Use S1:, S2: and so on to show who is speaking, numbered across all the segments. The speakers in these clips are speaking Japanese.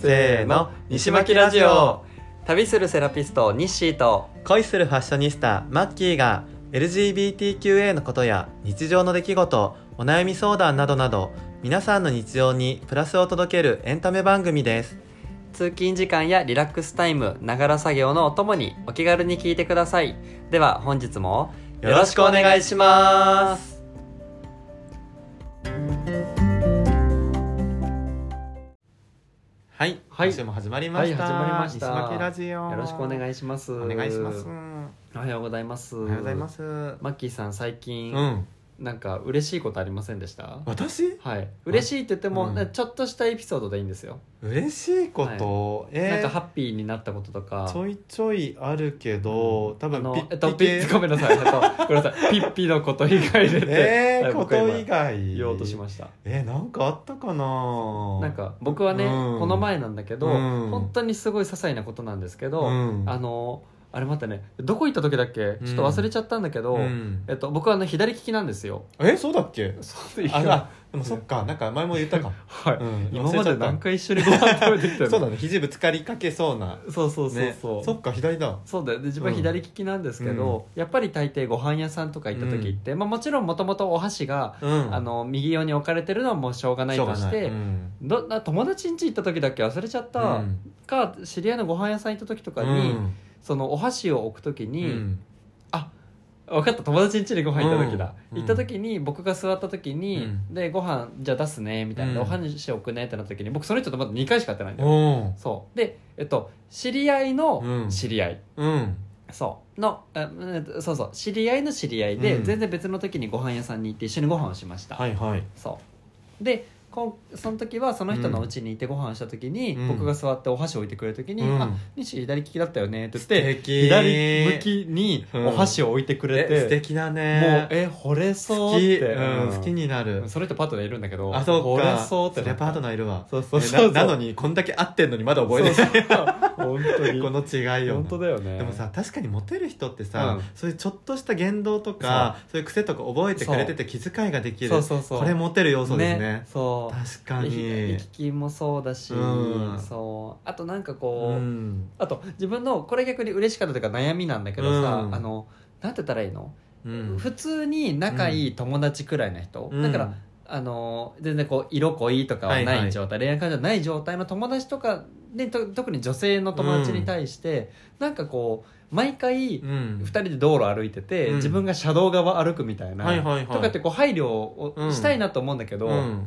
S1: せーの西巻ラジオ
S2: 旅するセラピストニッシーと
S1: 恋するファッショニスタマッキーが LGBTQA のことや日常の出来事お悩み相談などなど皆さんの日常にプラスを届けるエンタメ番組です
S2: 通勤時間やリラックスタイムながら作業のお供にお気軽に聞いてくださいでは本日も
S1: よろしくお願いしますはい、
S2: はい
S1: 今週も始まりました、
S2: はい始まりました
S1: 西巻ラジオ
S2: よろしくお願いします
S1: お願いしますお
S2: おはようございますお
S1: はようございます
S2: マッキーさん最近、
S1: うん
S2: なんか嬉しいことありませんでした
S1: 私
S2: はい嬉しいって言っても、
S1: うん
S2: ちょっとしたエピソードでいいんですよ、
S1: 嬉しいこと、えー
S2: なんかハッピーになったこととか
S1: ちょいちょいあるけど、多
S2: あ
S1: 分
S2: の
S1: ピッ
S2: えっと
S1: ピ
S2: ピ
S1: 系
S2: ッごめんなさいえっとごめ んなさいピッピのこと以外で
S1: え
S2: は
S1: ー、
S2: い
S1: こ
S2: 僕は
S1: と
S2: 今
S1: 以外
S2: 言おうとしました
S1: えー、なんかあったかな
S2: なんか僕はね、
S1: うん
S2: この前なんだけど、
S1: うん
S2: 本当にすごい些細なことなんですけど、
S1: うん
S2: あのあれ待ってねどこ行った時だっけちょっと忘れちゃったんだけど、
S1: うん
S2: えっと、僕はあの左利きなんですよ。
S1: えーそうだっけ
S2: そう
S1: あらでもそっかなんか前も言った か
S2: はい、
S1: うん
S2: 今まで何回一緒にご飯食べてきたの
S1: そうだね肘ぶつかりかけそうな
S2: そうそうそう
S1: ね
S2: そう、
S1: そっか左だ
S2: そうだよで自分は左利きなんですけど、やっぱり大抵ご飯屋さんとか行った時って、まあ、もちろんもともとお箸が、
S1: うん
S2: あの右用に置かれてるのはもうしょうがない
S1: しょう
S2: と
S1: が
S2: し
S1: ない
S2: て
S1: うん
S2: どな友達ん家行った時だっけ忘れちゃった、
S1: うん
S2: か知り合いのご飯屋さん行った時とかに、
S1: うん
S2: そのお箸を置く時に、
S1: うん
S2: 分かった友達ん家にご飯行った時だ、
S1: うん
S2: 行った時に僕が座った時に、
S1: うん
S2: でご飯じゃあ出すねみたいな、
S1: うん
S2: お箸置くねってなった時に僕その人とまだ2回しか会ってないんだよ、
S1: おー
S2: そうでえっと知り合いの知り合い、
S1: うん
S2: そうのあうんそうそう知り合いの知り合いで、
S1: うん
S2: 全然別の時にご飯屋さんに行って一緒にご飯をしました、
S1: はいはい
S2: そうでこんその時はその人の家にいてご飯をした時に、
S1: うん
S2: 僕が座ってお箸を置いてくれる時に「
S1: うん
S2: あ西左利きだったよね」って言っ
S1: 素
S2: て
S1: 敵
S2: 左向きに
S1: うん
S2: お箸を置いてくれ
S1: え素
S2: て、
S1: 敵だ
S2: もう
S1: ね
S2: え惚れそう
S1: 好き、
S2: って、
S1: うん、好き
S2: に
S1: になる
S2: それとパートナーいるんだけど
S1: あそう
S2: 惚
S1: か
S2: れそうって
S1: それパートナーいるわ
S2: そうそうそうそ
S1: え
S2: う
S1: ななのにこんだけ合ってんのにまだ覚えてない
S2: て本当に
S1: この違いよ
S2: 本当だよね
S1: でもさ確かにモテる人ってさ、
S2: うん
S1: そういうちょっとした言動とかそういう癖とか覚えてくれてて気遣いができる
S2: そうそうそう
S1: これモテる要素ですね
S2: そう
S1: 確か
S2: 行
S1: に
S2: き、来もそうだし、
S1: うん
S2: そうあとなんか
S1: う
S2: こう、
S1: ん
S2: あと自分のこれ逆に嬉しかったというか悩みなんだけどさ、
S1: うん
S2: あのなんて言ったらいいの、
S1: うん、
S2: 普通に仲いい友達くらいの人、だからあの全然こう色濃いとかは
S1: はい
S2: な
S1: はい
S2: い状態、恋愛感情ない状態の友達とかでと特に女性の友達に対して、なんかこう毎回
S1: うん、うん
S2: 2人で道路歩いてて、
S1: うん
S2: 自分が車道側歩くみたいな、
S1: はいはいはい
S2: とかってこう配慮をしたいなと思うんだけど、
S1: うん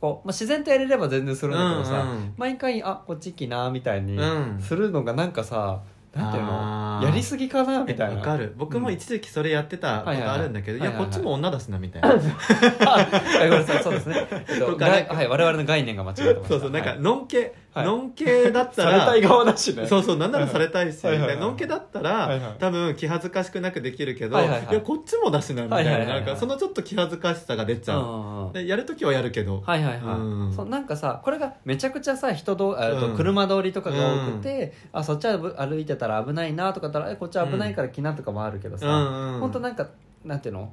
S2: こうまあ、自然とやれれば全然するんだけどさ、
S1: うん
S2: 毎回あこっち行きなみたいに
S1: うん
S2: するのがなんかさ、なんていう
S1: あ
S2: の
S1: ー
S2: やりすぎかな
S1: え
S2: みたい
S1: わ
S2: な
S1: かる僕も一時期それやってたこ
S2: はいはい
S1: と
S2: は
S1: あ
S2: い
S1: るんだけど、い
S2: はいはいはい
S1: やこっちも女だしなみたい な
S2: はいごめんなさいそうですね、えっ
S1: そ
S2: と
S1: うかなん
S2: が
S1: か
S2: はい、我々の概念が間違ってました
S1: そうそうなんか
S2: はい
S1: のんけ、
S2: はい
S1: のんけだった
S2: さ
S1: ら
S2: れたい側だしね
S1: そうそうなんならされたいし、
S2: はいはいはい
S1: でのんけだったら、
S2: はいはい
S1: 多分気恥ずかしくなくできるけど、
S2: はい
S1: い
S2: はいはい
S1: やこっちもだしなみたいな,、
S2: はいはいはいはい
S1: なんかそのちょっと気恥ずかしさが出ちゃう、
S2: んんん
S1: でやるときはやるけど、
S2: はいはいはい、
S1: うん
S2: そうなんかさこれがめちゃくちゃさ人どえっと
S1: うん
S2: 車通りとかが多くて、あそっちはぶ歩いてたら危ないなとかだったらえこっちは危ないから来なとかもあるけどさ、
S1: うんうん
S2: ほんとなんかなんていうの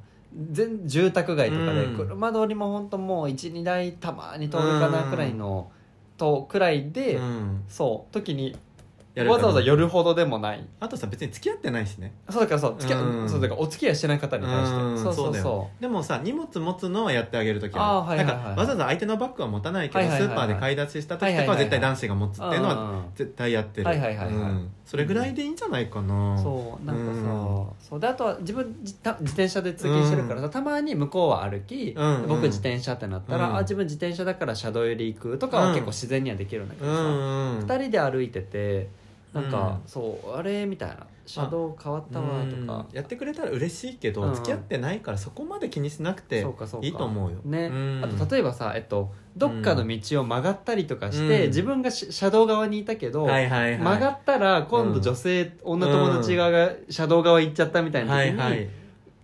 S2: 全住宅街とかで、
S1: うん
S2: 車通りも本当もう12台たまに通るかなくらいの、とくらいで、
S1: うん
S2: そう時に
S1: やるか
S2: わ
S1: ら
S2: ざわざ寄るほどでもない
S1: あとさ別に付き合ってないしね
S2: そうだからそう付き合、
S1: うん
S2: そうだからお付き合いしてない方に対して、
S1: うん
S2: そうそ
S1: そう
S2: う
S1: だ
S2: そ
S1: よでもさ荷物持つのはやってあげるときは
S2: あーはいはいはい
S1: なんかわざわざ相手手のバッグは持たないけど、
S2: はいはいはい
S1: ス
S2: はい
S1: ーパーで買い出しした時とかは絶対男子が持つっていう
S2: う
S1: のは
S2: んうん
S1: 絶対やってる、
S2: はいはいはいはい
S1: うんそれぐらいでいいんじゃないかな、
S2: そうなんかさ、
S1: うん
S2: そうであとは自分じた自転車で通勤してるからさ、たまに向こうは歩き、
S1: うんうん
S2: 僕自転車ってなったら、
S1: うん
S2: あ自分自転車だから車道寄り行くとかは
S1: うん
S2: 結構自然にはできるんだけ
S1: う
S2: どさ、
S1: んうん
S2: 2人で歩いててなんか、
S1: う
S2: そうあれみたいな車道変わったわとか
S1: うんやってくれたら嬉しいけど、
S2: うん
S1: 付き合ってないからそこまで気にしなくて
S2: そうかそうか
S1: いいと思うよ
S2: ね、
S1: うん
S2: あと例えばさ、えっと、どっかの道を曲がったりとかして、
S1: うん
S2: 自分がし車道側にいたけど、
S1: はいはいはい
S2: 曲がったら今度女性、女友達側が車道側行っちゃったみたいな
S1: は
S2: 時
S1: い
S2: に、
S1: はい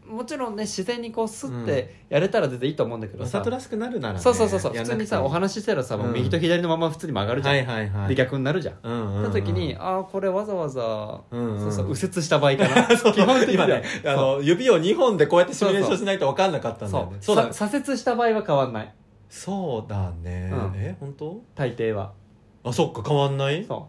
S2: もちろんね自然にこうスッてやれたら全然いいと思うんだけど
S1: わ
S2: さ、
S1: ざとらしくなるなら、ね、
S2: そうそうそうそう
S1: や
S2: 普
S1: んな
S2: 通
S1: くて
S2: にさお話ししたらさ、もううん右と左のまま普通に曲がるじゃん、
S1: はいはいはい
S2: で逆になるじゃん、
S1: うんうんうん
S2: その時にああこれわざわざ、
S1: うんうん
S2: そうそう右折した場合か な
S1: そう
S2: 基本的に
S1: 今
S2: は
S1: ねあの指を2本でこうやってシミュレーションしないと分かんなかったんだ
S2: そ
S1: よね
S2: うそう
S1: だ
S2: さ左折した場合は変わんない
S1: そうだね、
S2: うん
S1: え本当
S2: 大抵は
S1: あそっか変わんない
S2: そう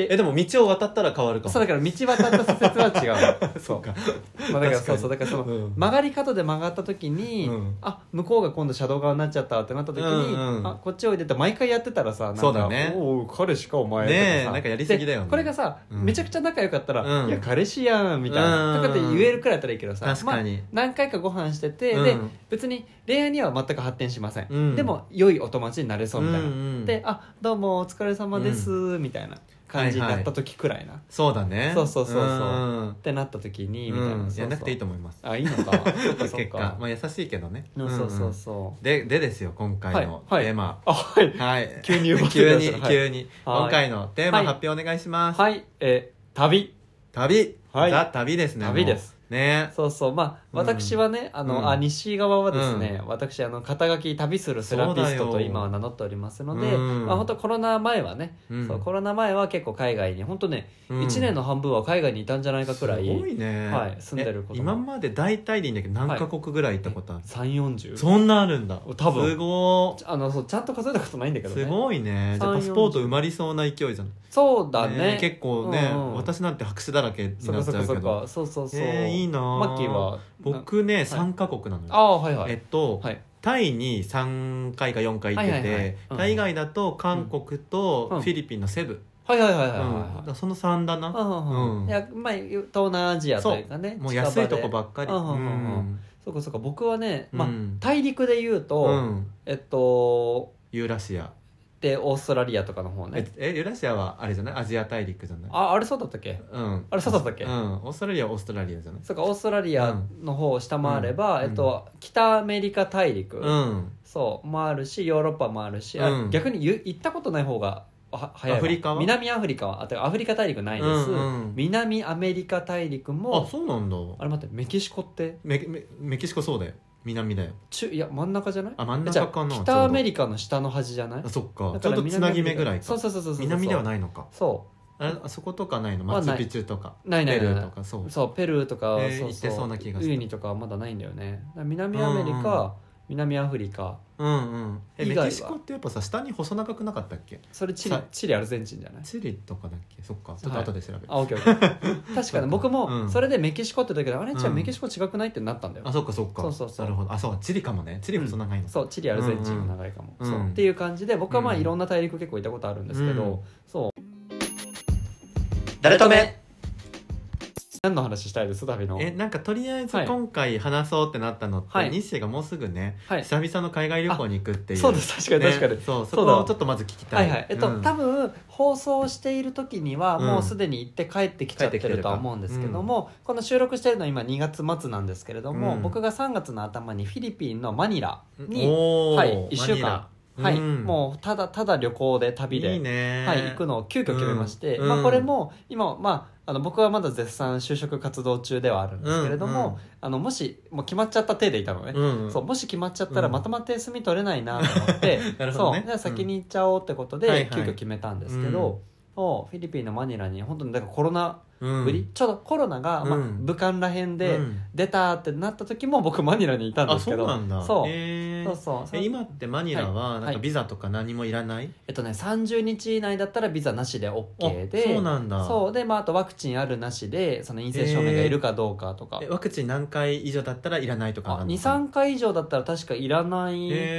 S1: え
S2: で
S1: でも道を渡ったら変わるかも
S2: そうだから道渡った左折は違うの
S1: そっか
S2: そうまあだか
S1: 確
S2: ら
S1: か
S2: そう
S1: に
S2: そうだからその
S1: うん
S2: 曲がり角で曲がった時に、
S1: うん
S2: あ向こうが今度車道側になっちゃったってなった時に、
S1: うんうん
S2: あこっちおいでって毎回やってたらさなんか
S1: そうだね
S2: おう彼氏かお前
S1: ねえ
S2: とさ
S1: なんかやりすぎだよね
S2: でこれがさ、
S1: うん
S2: めちゃくちゃ仲良かったら、
S1: うん
S2: いや彼氏やんみたいな、
S1: うん
S2: とかって言えるくらいだったらいいけどさ
S1: 確かに
S2: まあ何回かご飯してて、
S1: うん
S2: で別に恋愛には全く発展しません、
S1: うん
S2: でも良いお友達になれそうみたいな、
S1: うんうん
S2: であどうもお疲れ様です、みたいな感じになった時くらいな、っ
S1: そうだね
S2: そうそうそうそうん
S1: うん
S2: てなった時にみたいな、
S1: うん
S2: そうそう
S1: やんなくていいと思います
S2: あいいのかそっかそ っ
S1: 結
S2: か
S1: 果まあ優しいけどね
S2: うんそうそうそう、
S1: うんででですよ今回のテ
S2: はいはい
S1: ーマ
S2: あはい
S1: はい
S2: 急に動き
S1: 急
S2: 出し
S1: に
S2: たはい
S1: 急に
S2: はい
S1: 今回のテーマ
S2: はい
S1: 発表お願いします
S2: はい、えー旅
S1: 旅
S2: はい
S1: ザ旅ですね
S2: 旅です
S1: もうね
S2: そうそうまあ
S1: うん
S2: 私はね、あの、
S1: うん
S2: あ西側はですね、私あの肩書き旅するセラピス
S1: そう
S2: ト
S1: だ
S2: と
S1: よ
S2: 今は名乗っておりますので、
S1: うん
S2: まあ本当コロナ前はね、
S1: うん
S2: そうコロナ前は結構海外に本当ね、
S1: うん
S2: 1年の半分は海外にいたんじゃないかくらい
S1: すごいね
S2: はい住んでること
S1: え今まで大体でいいんだけど何カ国ぐらい行ったことある
S2: 340
S1: そんなあるんだ
S2: 多分
S1: すご
S2: あのそうちゃんと数えたことないんだけ
S1: い
S2: どね
S1: すごいねじゃあ
S2: 3
S1: パスポート埋まりそうな勢いじゃん
S2: そうだね
S1: ね結構ね
S2: うんうん
S1: 私なんて白紙だらけに
S2: そっ
S1: な
S2: か
S1: っち
S2: そっ
S1: ゃうけ
S2: かそっ
S1: ど
S2: かそうそうそう、
S1: えーいいなあ
S2: マッキーは
S1: 僕ね3カ国なのよ
S2: ああはいはい、
S1: えっと
S2: はい
S1: タイに3回か4回行って
S2: はいはいはい
S1: て
S2: うん
S1: タイ以外だと韓国と
S2: うん
S1: フィリピンのセブ
S2: はいはいはいはいはい
S1: うん
S2: はい
S1: だからその3だな
S2: うんうん
S1: う
S2: う、
S1: んん
S2: いやまあ東南アジアというかね
S1: もう安いとこば
S2: っ
S1: っかり
S2: う
S1: うん
S2: うんうんうん
S1: ん
S2: そうかそうか僕はね、まあ
S1: うん
S2: 大陸で言うと、
S1: うん
S2: えっと
S1: ユーラシア
S2: でオーストラリアとかの方ね
S1: ええユーラシアはあれじゃないアジア大陸じゃない
S2: ああれそうだったっけ
S1: うん
S2: あれそうだったっけ
S1: うんオーストラリアはオーストラリアじゃない
S2: そうかオーストラリアの方を下回れば、
S1: うん
S2: えっと、北アメリカ大陸、
S1: うん
S2: そうもあるしヨーロッパもあるし、あ
S1: うん
S2: 逆にゆ行ったことない方がは早いわ
S1: アフリカは
S2: 南アフリカはあてかアフリカ大陸ないです、
S1: うんうん
S2: 南アメリカ大陸
S1: あ
S2: も
S1: そうなんだ
S2: あれ待ってメキシコって
S1: メメメキシコそうだよ南だよ
S2: 中いや真ん中じゃない
S1: あ真ん中かな
S2: じ
S1: ちょう
S2: ゃあ
S1: ど
S2: 北アメリカの下の端じゃない
S1: あそっか
S2: だ
S1: ちょ
S2: か
S1: う
S2: ら
S1: どつなぎ目ぐらい
S2: そう
S1: か
S2: そうそうそうそう
S1: 南ではいないのか
S2: そ
S1: あれあそことかないの
S2: まあ
S1: マ
S2: ない
S1: チュピチュとか
S2: うないない
S1: ペ
S2: ない
S1: ル
S2: ない
S1: ーとかそう
S2: そうペルーとか、
S1: えー
S2: そう
S1: 行ってそうな気がす
S2: ウ
S1: る
S2: ユニとかはまだないんだよねだから南アメリカ、
S1: うんう
S2: 南アフリカ
S1: うんうんえ
S2: 以
S1: メ
S2: 外は
S1: キシコってやっぱさ下に細長くなかったっけ
S2: それチリ
S1: さ
S2: チリアルゼンチンじゃない
S1: チリとかだっけそっかちょっと後で調べる、
S2: あオッケーオッケ ー確かに僕
S1: う
S2: も
S1: ん
S2: それでメキシコってだけであれ
S1: うん
S2: じゃあメキシコ違くないってなったんだよ、
S1: あそっかそっか
S2: そうそうそう
S1: なるほどあそうチリかもねチリ細長いの、
S2: そうチリアルゼンチンが長いかも、
S1: うんうん
S2: そう
S1: うん
S2: っていう感じで僕はまあ
S1: うん
S2: いろんな大陸結構行ったことあるんですけど、
S1: うん
S2: そう
S1: 誰とめ
S2: 何の話したいです旅の
S1: えなんかとりあえず
S2: はい
S1: 今回話そうってなったのって、
S2: はい
S1: 日誌がもうすぐね、
S2: はい
S1: 久々の海外旅行に行くっていう
S2: そうです確かに確かに、
S1: ねそうそ
S2: そうだ
S1: こをちょっとまず聞きた
S2: はいいはいえっと、
S1: うん
S2: 多分放送している時には
S1: うん
S2: もうすでに行って帰ってきちゃっ
S1: 帰って
S2: て
S1: きて
S2: る
S1: る
S2: と
S1: か
S2: は思うんですけども、この収録してるのは今2月末なんですけれども、
S1: うん
S2: 僕が3月の頭にフィリピンのマニラに、
S1: おー
S2: はい、1週
S1: マニラ
S2: 間、はい
S1: うん
S2: もうただただ旅行で旅で
S1: いいね
S2: はい、行くのを急遽決めまして、
S1: うん
S2: まあ、これも今、まあ、あの僕はまだ絶賛就職活動中ではあるんですけれども、
S1: うんうん
S2: あのもしもう決まっちゃった手でいたのね、
S1: うんうん
S2: そうもし決まっちゃったら
S1: うん
S2: まとまって休み取れないなと思って、
S1: なるほ
S2: そ
S1: ど
S2: う
S1: ね
S2: じゃあ先に行っちゃおうってことで、
S1: うんはいはい
S2: 急遽決めたんですけど、
S1: うん
S2: そうフィリピンのマニラに本当にだからコロナ
S1: うん
S2: ぶり、ちょうどコロナが、まあ
S1: うん
S2: 武漢らへんで
S1: うん
S2: 出たってなった時も僕マニラにいたんで
S1: あ
S2: す
S1: そ
S2: け
S1: う
S2: ど
S1: なんだ
S2: そう
S1: へー
S2: そうそうそう
S1: え今ってマニラ
S2: は
S1: はいなんかビザとか何もいらない、
S2: えっとね、30日以内だったらビザなしで OK
S1: あ
S2: で
S1: そうなんだ
S2: そうで、まあ、あとワクチンあるなしでその陰性証明がいるかどうかとか、
S1: えワクチン何回以上だったらいらないとか
S2: あ
S1: なのかな
S2: 23回以上だったら確かいらない、
S1: へー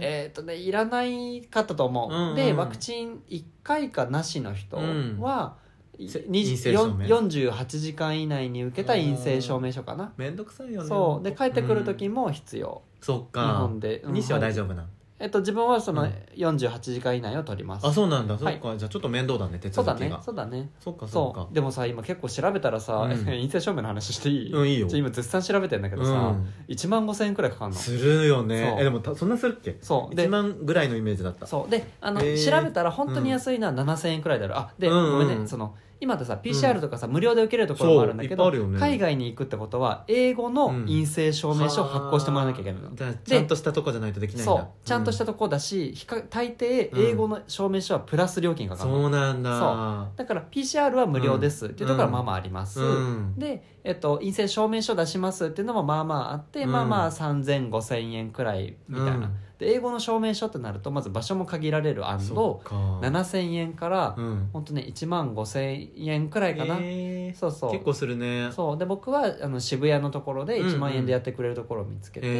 S2: えーっとねいらないかったと思う、
S1: うんうん
S2: でワクチン1回かなしの人は、い
S1: せ
S2: に
S1: 陰性証明
S2: 48時間以内に受けた陰性証明書かな
S1: めんどくさいよね
S2: そうで帰ってくる時
S1: うん
S2: も必要、
S1: そっ
S2: 日
S1: か
S2: 本でうん
S1: 西は大丈夫な
S2: えっと、自分はそうの
S1: ん
S2: 48時間以内を取ります、
S1: あそうなんだそ
S2: はい
S1: っかじゃあちょっと面倒だね手
S2: そうだ
S1: 続き
S2: ね
S1: が
S2: そうだね
S1: そっかそっ
S2: そ
S1: か
S2: うでもさ今結構調べたらさ、
S1: うん
S2: 陰性証明の話していい、
S1: うんいいよ
S2: じゃあ今絶賛調べてんだけどさ、
S1: うん
S2: 1万5000円くらいかかんの
S1: するよね
S2: そう
S1: えでもたそんなするっけ
S2: そうで
S1: 1万ぐらいのイメージだった
S2: そうであの、
S1: へー
S2: 調べたら本当に安いのは7000円くらいであるあで、
S1: うんうん
S2: ごめんねその今ってさ PCR とかさ、無料で受けれるところもあるんだけ
S1: そ
S2: ど、
S1: ういっぱいあるよね
S2: 海外に行くってことは英語の陰性証明書を発行してもらわなきゃいけないの、
S1: はあじゃあちゃんとしたとこじゃないとできないんだ
S2: そうちゃんとしたとこだし、ひか大抵英語の証明書はプラス料金がかかるの、
S1: そうなん
S2: そ
S1: だ
S2: だから PCR は無料ですっていうところはまあまああります、
S1: うん
S2: で、えっと、陰性証明書出しますっていうのもまあまああって、
S1: うん
S2: まあまあ3000、5000円くらいみたいな、
S1: うん
S2: でで英語の証明書ってなるとまず場所も限られる&
S1: そっか
S2: 7,000円から、
S1: うん
S2: 本当ね1万5,000円くらいかな、
S1: へー
S2: そうそう
S1: 結構するね
S2: そうで僕はあの渋谷のところで
S1: うんうん
S2: 1万円でやってくれるところを見つけて、
S1: へ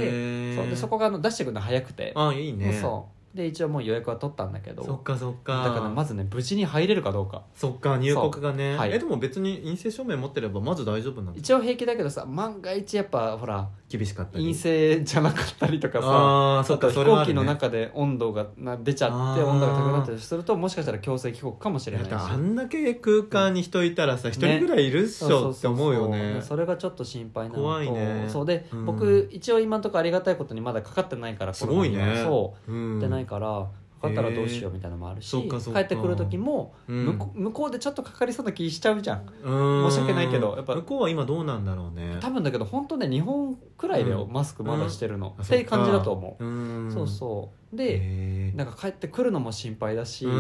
S1: ー
S2: そうでそこがあの出してくるの早くて、
S1: あいいね
S2: そうで一応もう予約は取ったんだけど
S1: そっかそっ
S2: だ
S1: か
S2: からまずね無事に入れるかどうか
S1: そっか入国がね、
S2: そうはい
S1: えでも別に陰性証明持ってればまず大丈夫なの
S2: 一応平気だけどさ万が一やっぱほら
S1: 厳しかったり
S2: 陰性じゃなかったりとかさ
S1: ああそっか
S2: 飛
S1: それは
S2: 行
S1: あるね
S2: 機の中で温度がな出ちゃって
S1: あー
S2: 温度が高くなったりするともしかしたら強制帰国かもしれ
S1: だ
S2: ない
S1: っ
S2: して
S1: あんだけ空間に人いたらさ一、人ぐらいいるっしょって思うよね
S2: それがちょっと心配なのと
S1: 怖いね
S2: そうで、
S1: うん
S2: 僕一応今のところありがたいことにまだかかってないから
S1: すごい
S2: コロナに
S1: ね、
S2: はそうう、
S1: ん、
S2: ってないからかかったらどうしようみたいなのもあるし、
S1: へーそっかそっか
S2: 帰ってくる時も
S1: うん
S2: 向こ,、う向こうでちょっとかかりそうな気しちゃうじゃん
S1: うん
S2: 申し訳ないけどやっぱ
S1: 向こうは今どうなんだろうね
S2: 多分だけど本当ね日本くらいだよ、
S1: うん
S2: マスクまだしてるの、
S1: あ
S2: っていう感じだと思
S1: う
S2: う、
S1: ん
S2: そう
S1: う
S2: そう
S1: で
S2: で、なんか帰ってくるのも心配だし、で
S1: で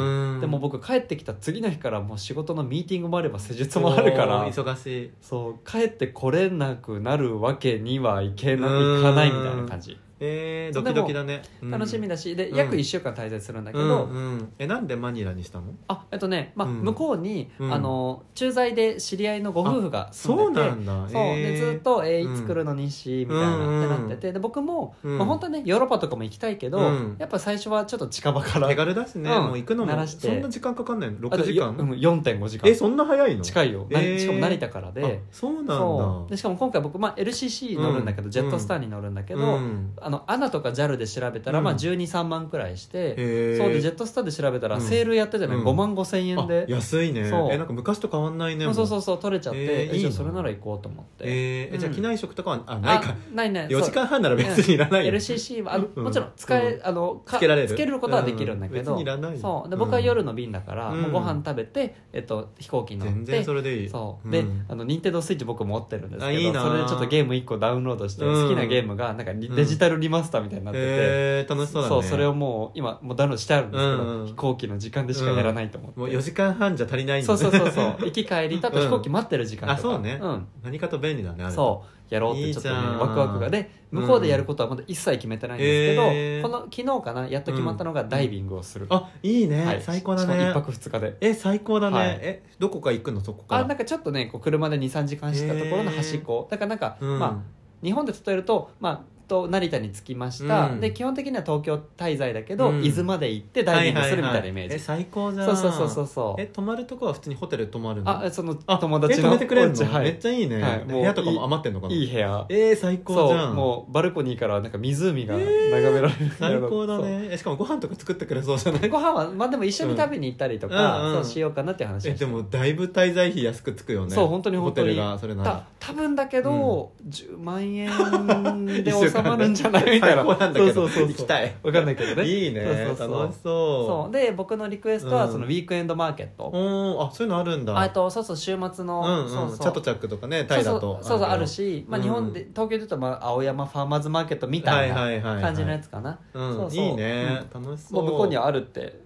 S2: も僕帰ってきた次の日からもう仕事のミーティングもあれば施術もあるから
S1: 忙しい
S2: そう帰ってこれなくなるわけにはいけな
S1: うん
S2: いかないみたいな感じ
S1: えー、ドキドキだね
S2: 楽しみ
S1: だ
S2: だし
S1: う
S2: で
S1: ん
S2: 約1週間滞在するんだ
S1: け
S2: けど、
S1: うんうん、えなんでマニラにしたの
S2: あえっとね、まあ、
S1: うん
S2: 向こうに、
S1: うん
S2: あの駐在で知り合いのご夫婦が
S1: そ
S2: 住
S1: うん
S2: でて
S1: なんだ
S2: そうでずっ、と「えーいつ来るの西」みたいな、
S1: うん
S2: ってなっててで僕も、
S1: うん
S2: まあ、本当はねヨーロッパとかも行きたいけど、
S1: うん
S2: やっぱ最初はちょっと近場か
S1: えー
S2: ら
S1: 手軽だしね、
S2: うん
S1: もう行くの
S2: 慣
S1: も
S2: らして
S1: そんな時間かかんないの
S2: あ
S1: 6
S2: と
S1: 時間、
S2: ようん4.5時間
S1: えそんな早いの
S2: 近いよ、な
S1: えー
S2: しかも成田からで
S1: あそうなんだ
S2: そうでしかも今回僕、まあ、LCC 乗るんだけど、
S1: うん
S2: ジェットスターに乗るんだけど、
S1: うん
S2: あのアナとか JAL で調べたら、
S1: うん
S2: まあ、123万くらいして、
S1: えー
S2: そうでジェットスターで調べたら、
S1: うん
S2: セールやってたの
S1: う
S2: に
S1: ん
S2: 5万5千円で
S1: あ、安いね
S2: そう
S1: えなんか昔と変わんないね
S2: まあそうそううそう取れちゃって、
S1: えー
S2: え
S1: いい
S2: じゃ
S1: な
S2: あそれなら行こうと思って、
S1: えーえじゃあ
S2: うん
S1: 機内食とかはあないか
S2: あないね
S1: 4時間半なら別にいらないよ、
S2: LCC はあの
S1: うん
S2: もちろん使え、
S1: う
S2: あのか
S1: つけられる
S2: ことはできるんだけど、
S1: うん別にいらないよ
S2: そうで
S1: うん
S2: 僕は夜の便だから、
S1: うん
S2: もうご飯食べて、えっと、飛行機に乗って
S1: 全然それでいい
S2: そう
S1: うん
S2: で、あの任天堂スイッチ僕持ってるんですけ
S1: あ
S2: ど
S1: いいな
S2: それでちょっとゲーム1個ダウンロードして、
S1: うん
S2: 好きなゲームがなんかリ
S1: うん
S2: デジタルリマスターみたいになってて、
S1: えー、楽しそうだね
S2: それをもう今もうダウンロードしてあるんですけど、
S1: うんうん
S2: 飛行機の時間でしかやらないと思って、
S1: もう4時間半じゃ足りないんだ
S2: そうそうそうそう行き帰りとあと飛行機待ってる時間とか、
S1: うんあそうね
S2: ん
S1: 何かと便利だねあれ
S2: そうやろうってちょっとね
S1: いいじゃん
S2: ワクワクがで向こうでやることはまだ一切決めてないんですけど、
S1: うんえー
S2: この昨日かなやっと決まったのがダイビングをする、
S1: あいいね、
S2: はい
S1: 最高だ
S2: しかも一
S1: ね
S2: 泊二日で
S1: え最高だね、
S2: はい
S1: えどこか行くのそこか
S2: あ
S1: ら
S2: なんかちょっとねこう車で23時間したところの端っこ、だからなんか、
S1: うん、
S2: まあ日本で例えるとまあと成田に着きました、
S1: うん
S2: で基本的には東京滞在だけど、
S1: うん
S2: 伊豆まで行ってダイビングするみたいなイメ
S1: ははは
S2: ージ、
S1: え最高じゃん
S2: そうそうそうそうそう
S1: え泊まるとこは普通にホテル泊まるの
S2: あその
S1: あ
S2: 友達
S1: え
S2: の
S1: 泊めてくれ
S2: お
S1: る
S2: 家
S1: の、
S2: は
S1: めっ
S2: い、
S1: ちゃいいね、
S2: はいもう
S1: 部屋とかも余ってんのかない
S2: い部屋
S1: えー、最高じ
S2: そ
S1: ゃ
S2: うんもうバルコニーからなんか湖が眺められる、
S1: 最高だねえしかもご飯とか作ってくれそうじゃな
S2: で
S1: い
S2: ご飯はまあでも一緒に食べに行ったりと
S1: う
S2: か、
S1: んうんうん
S2: そうしようかなっていう話
S1: え
S2: をして
S1: でもだいぶ滞在費安くつくよね
S2: そう本当に本当に
S1: ホテルがそれなら
S2: た多分だけど、10万円で収まるんじゃないみたい
S1: 最
S2: な
S1: 高なんだけど
S2: そうそうそう
S1: 行きたい
S2: 分かんないけどね
S1: いいね
S2: そうそうそう
S1: 楽しそ
S2: そううで僕のリクエストは
S1: うん
S2: そのウィークエンドマーケット、
S1: おーあそういうのあるんだ
S2: あとそうそう週末の、
S1: うんうん
S2: そうそう
S1: チャットチャックとかねタイだと
S2: そうそうそうそうある
S1: し
S2: し、まあ、
S1: うん
S2: 日本で、東京で言うとまあ青山ファーマーズマーケットみたい
S1: は
S2: な
S1: は
S2: い
S1: いはいはい
S2: 感じのやつかな、
S1: うん
S2: そうそう
S1: いいね、楽し
S2: も
S1: そう
S2: う向こうにはあるって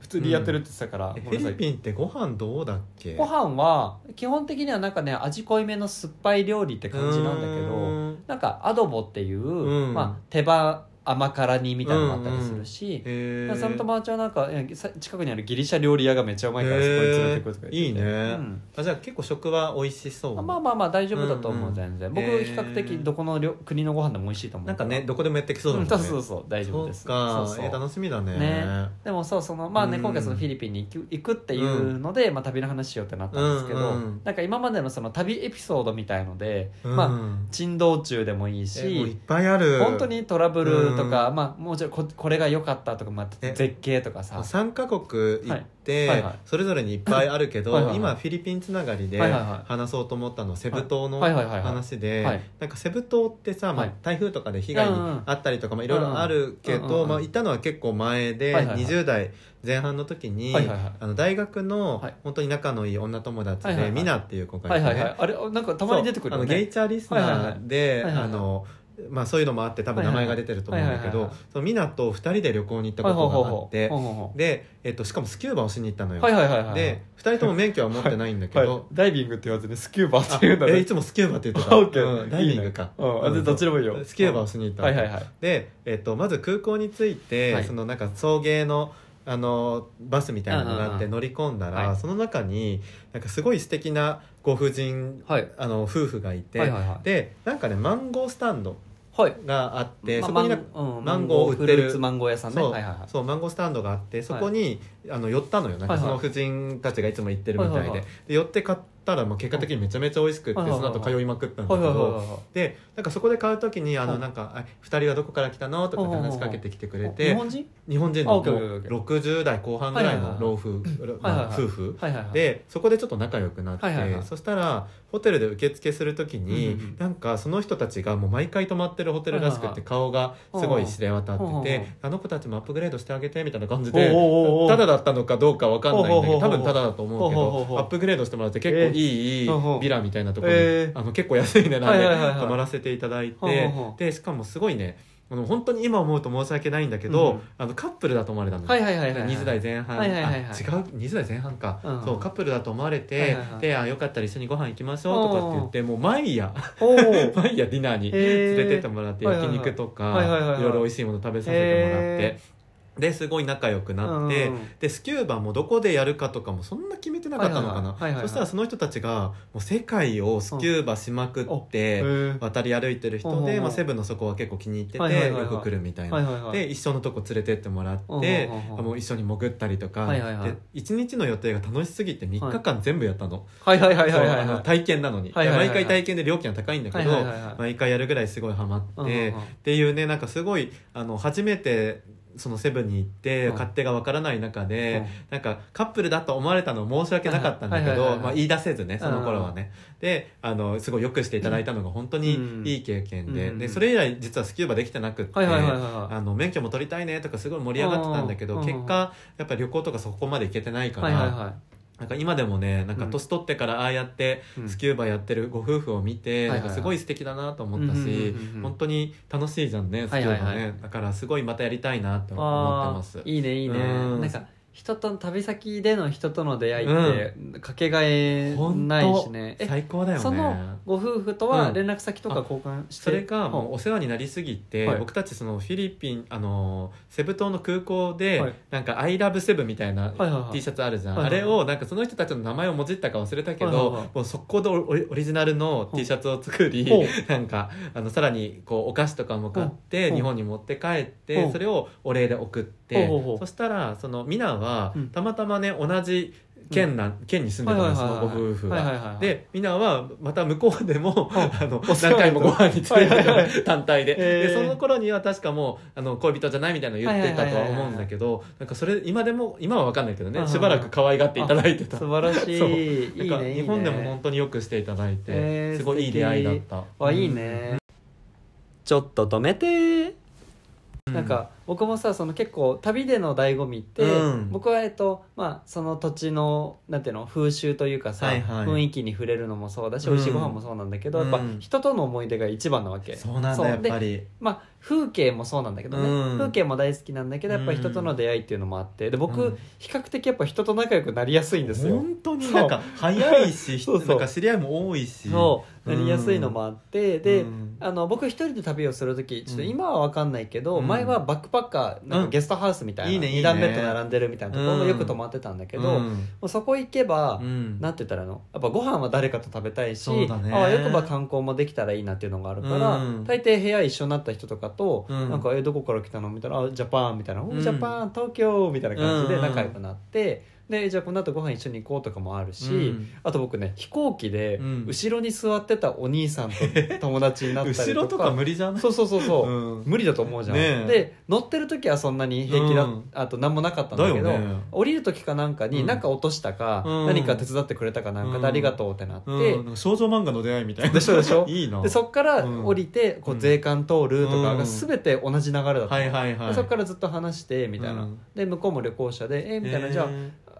S2: 普通にやってるって言ってたから、
S1: え
S2: ご
S1: フ
S2: めんな
S1: ィ
S2: さ
S1: リ
S2: い
S1: ピンってご飯どうだっけ
S2: ご飯は基本的にはなんかね味濃いめの酸っぱい料理って感じなんだ
S1: う
S2: けど
S1: ーん
S2: なんかアドボっていう、
S1: うん
S2: まあ、手羽甘辛煮みたいなのもあったりするし、
S1: へ
S2: まあ
S1: ー
S2: その友達はなんかえさ近くにあるギリシャ料理屋がめっちゃうまいからそこに連れてくるとか言ってて
S1: いいね、
S2: うん
S1: あじゃあ結構食は美味しそう
S2: まあまあまあ大丈夫だと
S1: うん
S2: 思
S1: う
S2: うん全然、
S1: へ
S2: 僕
S1: ー
S2: 比較的どこの料国のご飯でも美味しいと思う
S1: なんかね
S2: ど
S1: どこでもやってきそうだもんね
S2: そうそうそう大丈夫です
S1: そうか
S2: そうそう
S1: えー楽しみだね
S2: ねでもそうそのまあね、
S1: うん
S2: 今回そのフィリピンに行く行くっていうので、まあ、旅の話しようってなったんですけど、
S1: うんうん
S2: なんか今までのその旅エピソードみたいので、
S1: うん
S2: まあ珍道中でもいい
S1: えーもういっ
S2: し、
S1: ぱいある
S2: 本当にトラブルとか、まあ、もちろんここれが良かったとか、まあ、
S1: え
S2: 絶景とかさ、
S1: 3カ国行って、
S2: はいはいはい
S1: それぞれにいっぱいあるけど
S2: はいはいはい
S1: 今フィリピンつながりで
S2: はいはいはい
S1: 話そうと思ったのセブ島の
S2: はいはいはいはい
S1: 話で、
S2: はい
S1: なんかセブ島ってさ、まあ
S2: はい
S1: 台風とかで被害にあったりとか、まあ、いろいろあるけ
S2: うんうんうん
S1: ど、
S2: うん
S1: まあ、行ったのは結構前で、
S2: はいはいはい
S1: 20代前半の時に、
S2: はいはいはい
S1: あの大学の
S2: はい
S1: 本当に仲のいい女友達で、
S2: はいはいはい
S1: ミナっていう子がい
S2: は
S1: て
S2: い
S1: ね、
S2: はいはいあれなんかたまに出てくる
S1: そ
S2: よ
S1: うあのゲ
S2: ね
S1: イチャーリスナーで、
S2: はいはいはい
S1: あのまあ、そういうのもあって多分名前が出てると思うんだけ
S2: はいはいは
S1: ど
S2: いはい
S1: そのミナと2人で旅行に行った
S2: はい
S1: ことがあって
S2: ほうほうほ
S1: で、えっと、しかもスキューバをしに行ったの
S2: う
S1: よ、
S2: はいはいはいはい
S1: で2人とも免許は持ってないんだけ
S2: はい
S1: ど、
S2: ダイビングって言わずにスキューバ
S1: あ
S2: っていうんだ
S1: え
S2: ね
S1: いつもスキューバって言ってた、
S2: オッケー
S1: うんダイビングか
S2: いいねうんあでどっちでもいいよ
S1: スキューバをしに行ったの
S2: はいはいはい
S1: で、えっと、まず空港に着いて、
S2: はい
S1: そのなんか送迎のあのバスみたいなのがあっ
S2: うんうん
S1: て
S2: うん
S1: 乗り込んだら、
S2: はい
S1: その中になんかすごい素敵なご婦人
S2: はい
S1: あの夫婦がいて、
S2: はいはいはい
S1: でなんかねマンゴースタンド
S2: はい
S1: があって、
S2: まあ
S1: そこになんか
S2: マンうん
S1: マンゴーを売ってる
S2: フルーツマンゴー屋さんね
S1: そう
S2: はいはいはい
S1: そうマンゴースタンドがあってそこに、あの寄ったのよなん
S2: は
S1: か
S2: いはい
S1: その婦人たちがいつも行ってるみたいで,、
S2: はいはいはい
S1: で寄って買ったら、まあ、結果的にめちゃめちゃ美味しくって、
S2: はいはいはい
S1: その後通いまくったんだ
S2: は
S1: け
S2: い
S1: ど、
S2: はいはいは
S1: でなんかそこで買う時に「あの
S2: はい
S1: なんかあ2人はどこから来たの?」とかって
S2: はいはいはい
S1: 話しかけてきてく
S2: い
S1: れ
S2: 日
S1: て
S2: 本人
S1: 日本人
S2: あ
S1: の
S2: オッケーオッケーオッケー
S1: 60代後半ぐらい
S2: はい
S1: の
S2: はいはい
S1: 老夫まあ夫婦
S2: はいはいはい
S1: でそこでちょっと仲良くなって、
S2: はいはいはい
S1: そしたらホテルで受付する時に、
S2: うんうんうん
S1: なんかその人たちがもう毎回泊まってるホテルらしく
S2: は
S1: っ
S2: いはいは
S1: て
S2: い
S1: 顔がすごい知れ渡
S2: うんうん
S1: っ
S2: うん
S1: ててあの子たちもアップグレードしてあげてみたいな感じで
S2: おうおうおうおう
S1: ただだったのかどうかわかんないんだけ
S2: おうおうおうお
S1: ど
S2: う
S1: 多分ただだと思うけ
S2: おうおうおうお
S1: ど
S2: う
S1: アップグレードしてもらって結構いい
S2: えー
S1: ビラみたいなところに、
S2: えー
S1: あの結構安い値段
S2: はい
S1: で
S2: はいはいはい
S1: 泊まらせていただい
S2: おうおう
S1: て
S2: おう
S1: でしかもすごいねあの本当に今思うと申し訳ないんだけど、
S2: うん
S1: あのカップルだと思われたの。
S2: はいはいはいはい
S1: 20代前半、
S2: はいはいはいはい
S1: あ違う20代前半か、
S2: うん
S1: そうカップルだと思われて、
S2: はいはいはい
S1: であよかったら一緒にご飯行きましょうとかって言ってもう毎夜
S2: おおはい
S1: 毎夜ディナーに
S2: へ
S1: 連
S2: ー
S1: れてってもらって焼肉とか、
S2: はいいはいはいはい
S1: ろいろ美味しいもの食べさせてもらって、
S2: へ
S1: ですごい仲良くなって、
S2: うんうんうん
S1: でスキューバもどこでやるかとかもそんな決めてなかったのかな、
S2: はいはいはいはいはい
S1: そしたらその人たちがもう世界をスキューバしまくって、渡り歩いてる人で、
S2: うんうんうん
S1: まあ、セブンのそこは結構気に入ってて、
S2: はいはいはいはい
S1: よく来るみたいな、
S2: はいはいはい
S1: で一緒のとこ連れてってもらって、
S2: うんうんうんうん
S1: もう一緒に潜ったりとか、
S2: はいはいはい
S1: で一日の予定が楽しすぎて3日間全部やったの,
S2: はいはいはい
S1: そう、
S2: はいは
S1: あ
S2: い
S1: の体験なのに、
S2: はいはいは
S1: で
S2: い
S1: 毎回体験で料金は高いんだけど、
S2: はいはいはいはい
S1: 毎回やるぐらいすごいハマって、
S2: うんうんうん
S1: っていうねなんかすごいあの初めてそのセブンに行って、
S2: うん
S1: 勝手がわからない中で、
S2: うん
S1: なんかカップルだと思われたの申し訳なかったんだけ
S2: はいはいは
S1: ど
S2: いはい
S1: まあ言い出せずねその頃はね、であのすごいよくしていただいたのが本当にいい経験で,、
S2: うん
S1: でそれ以来実はスキューバできてなくって、
S2: はいはいはいはい
S1: あの免許も取りたいねとかすごい盛り上がってたんだけど
S2: うんうん
S1: 結果やっぱり旅行とかそこまで行けてないから、
S2: はいはいは
S1: なんか今でもねなんか年取ってからああやって
S2: うん
S1: スキューバやってるご夫婦を見て、
S2: はいはいはい
S1: なんかすごい素敵だなと思ったし、
S2: うんうんうんうん
S1: 本当に楽しいじゃんねスキューバね、
S2: はいはいは
S1: だからすごいまたやりたいなと思って
S2: あ
S1: ます
S2: ー。いいねいいね
S1: うん
S2: なんか人と旅先での人との出会いってかけがえ
S1: 本
S2: ないし
S1: 当、
S2: ねえ
S1: 最高だよね
S2: そのご夫婦と
S1: う
S2: は
S1: ん
S2: 連絡先とか交換して
S1: それがも
S2: は
S1: うお世話になりすぎて、
S2: はい
S1: 僕たちそのフィリピンあのーセブ島の空港で、
S2: はい
S1: なんか「ILOVESEVE」みたいな
S2: はいはいはい
S1: T シャツあるじゃん、
S2: はいはいはい
S1: あれをなんかその人たちの名前をもじったか忘れたけど、
S2: はいはいはい
S1: もう速攻でオリオリジナルの T シャツを作り、
S2: ほう
S1: なんかあのさらにこうお菓子とかも買って、
S2: ほう
S1: 日本に持って帰って、
S2: ほう
S1: それをお礼で送って、
S2: ほうほうほう
S1: そしたらそのミナは、
S2: うん
S1: たまたまね同じ県な、県に住んでたんです、
S2: はいはいはいはい
S1: そのご夫婦が。
S2: はいはいはいはい
S1: でみんなはまた向こうでも、
S2: は
S1: あの
S2: お
S1: 何
S2: 世話
S1: 回
S2: になる
S1: もご飯に連れて行かれて
S2: はいはいは
S1: 単体で,、
S2: へ
S1: で
S2: ー
S1: その頃には確かもうあの恋人じゃないみたいなの言ってたとは思うんだけどなんかそれ今でも今は分かんないけど
S2: う
S1: ね
S2: ん
S1: しばらく可愛がっていただいてた
S2: 素晴らし
S1: そう
S2: いいい
S1: なんか
S2: ねいいね
S1: 日本でも本当によくしていただい
S2: へ
S1: て
S2: ー
S1: すごいいい出会いだった
S2: わいいねちょっと止めて
S1: うん
S2: なんか僕もさその結構旅での醍醐味って、
S1: うん
S2: 僕はえっとまあその土地のなんていうの風習というかさ、
S1: はいはい
S2: 雰囲気に触れるのもそうだし、
S1: うん
S2: 美味しいご飯もそうなんだけど、やっぱ
S1: うん
S2: 人との思い出が一番なわけ
S1: そうなん
S2: そう
S1: だやっぱり
S2: まあ風景もそうなんだけどね、
S1: うん
S2: 風景も大好きなんだけどやっぱ人との出会いっていうのもあってで僕、
S1: うん
S2: 比較的やっぱ人と仲良くなりやすいんですよ
S1: 本当に
S2: そう
S1: なんか早いし
S2: そうそう
S1: なんか知り合いも多いし
S2: そうなりやすいのもあって、で、
S1: うん
S2: あの僕一人で旅をする時ちょっと
S1: うん
S2: 今は分かんないけど、
S1: うん
S2: 前はバックパッカーなん
S1: う
S2: か
S1: ん
S2: ゲストハウスみたいな、
S1: いいねいいね
S2: 2段ベッド並んでるみたいなところ
S1: うん
S2: よく泊まってたんだけど、
S1: う
S2: も
S1: ん
S2: うそこ行けば、
S1: うん
S2: なんて言ったらいいのやっぱご飯は誰かと食べたいし、
S1: そうだね
S2: ああよくば観光もできたらいいなっていうのがあるから、
S1: うん
S2: 大抵部屋一緒になった人とかと、
S1: うん
S2: なんか「えどこから来たの?」みたいなあ「ジャパン」みたいな「お
S1: うん
S2: ジャパン東京」みたいな感じ
S1: う
S2: で
S1: ん
S2: 仲良くなって、でじゃあこの後ご飯一緒に行こうとかもあるし、
S1: うん
S2: あと僕ね飛行機で
S1: うん
S2: 後ろに座ってたお兄さんと友達になったりと か
S1: 後ろとか無理じゃない
S2: そうそうそうそう、
S1: うん
S2: 無理だと思うじゃん、
S1: ねえ
S2: で乗ってる時はそんなに平気だ、
S1: うん
S2: あと何もなかったんだけど
S1: だよね
S2: 降りる時かなんか
S1: う
S2: に
S1: ん
S2: 何か落としたか、
S1: うん
S2: 何か手伝ってくれたかなんか
S1: うん
S2: でありがとうってなって、
S1: うんなんか少女漫画の出会いみたいな
S2: でしょでしょ
S1: いいな
S2: でそっから
S1: うん
S2: 降りてこ
S1: う
S2: うん税関通るとか
S1: うん
S2: が全て同じ流れだったの、
S1: はいはいはい
S2: でそっからずっと話してみたいな、
S1: うん
S2: で向こうも旅行者で「えみたいな、
S1: えー
S2: じゃあ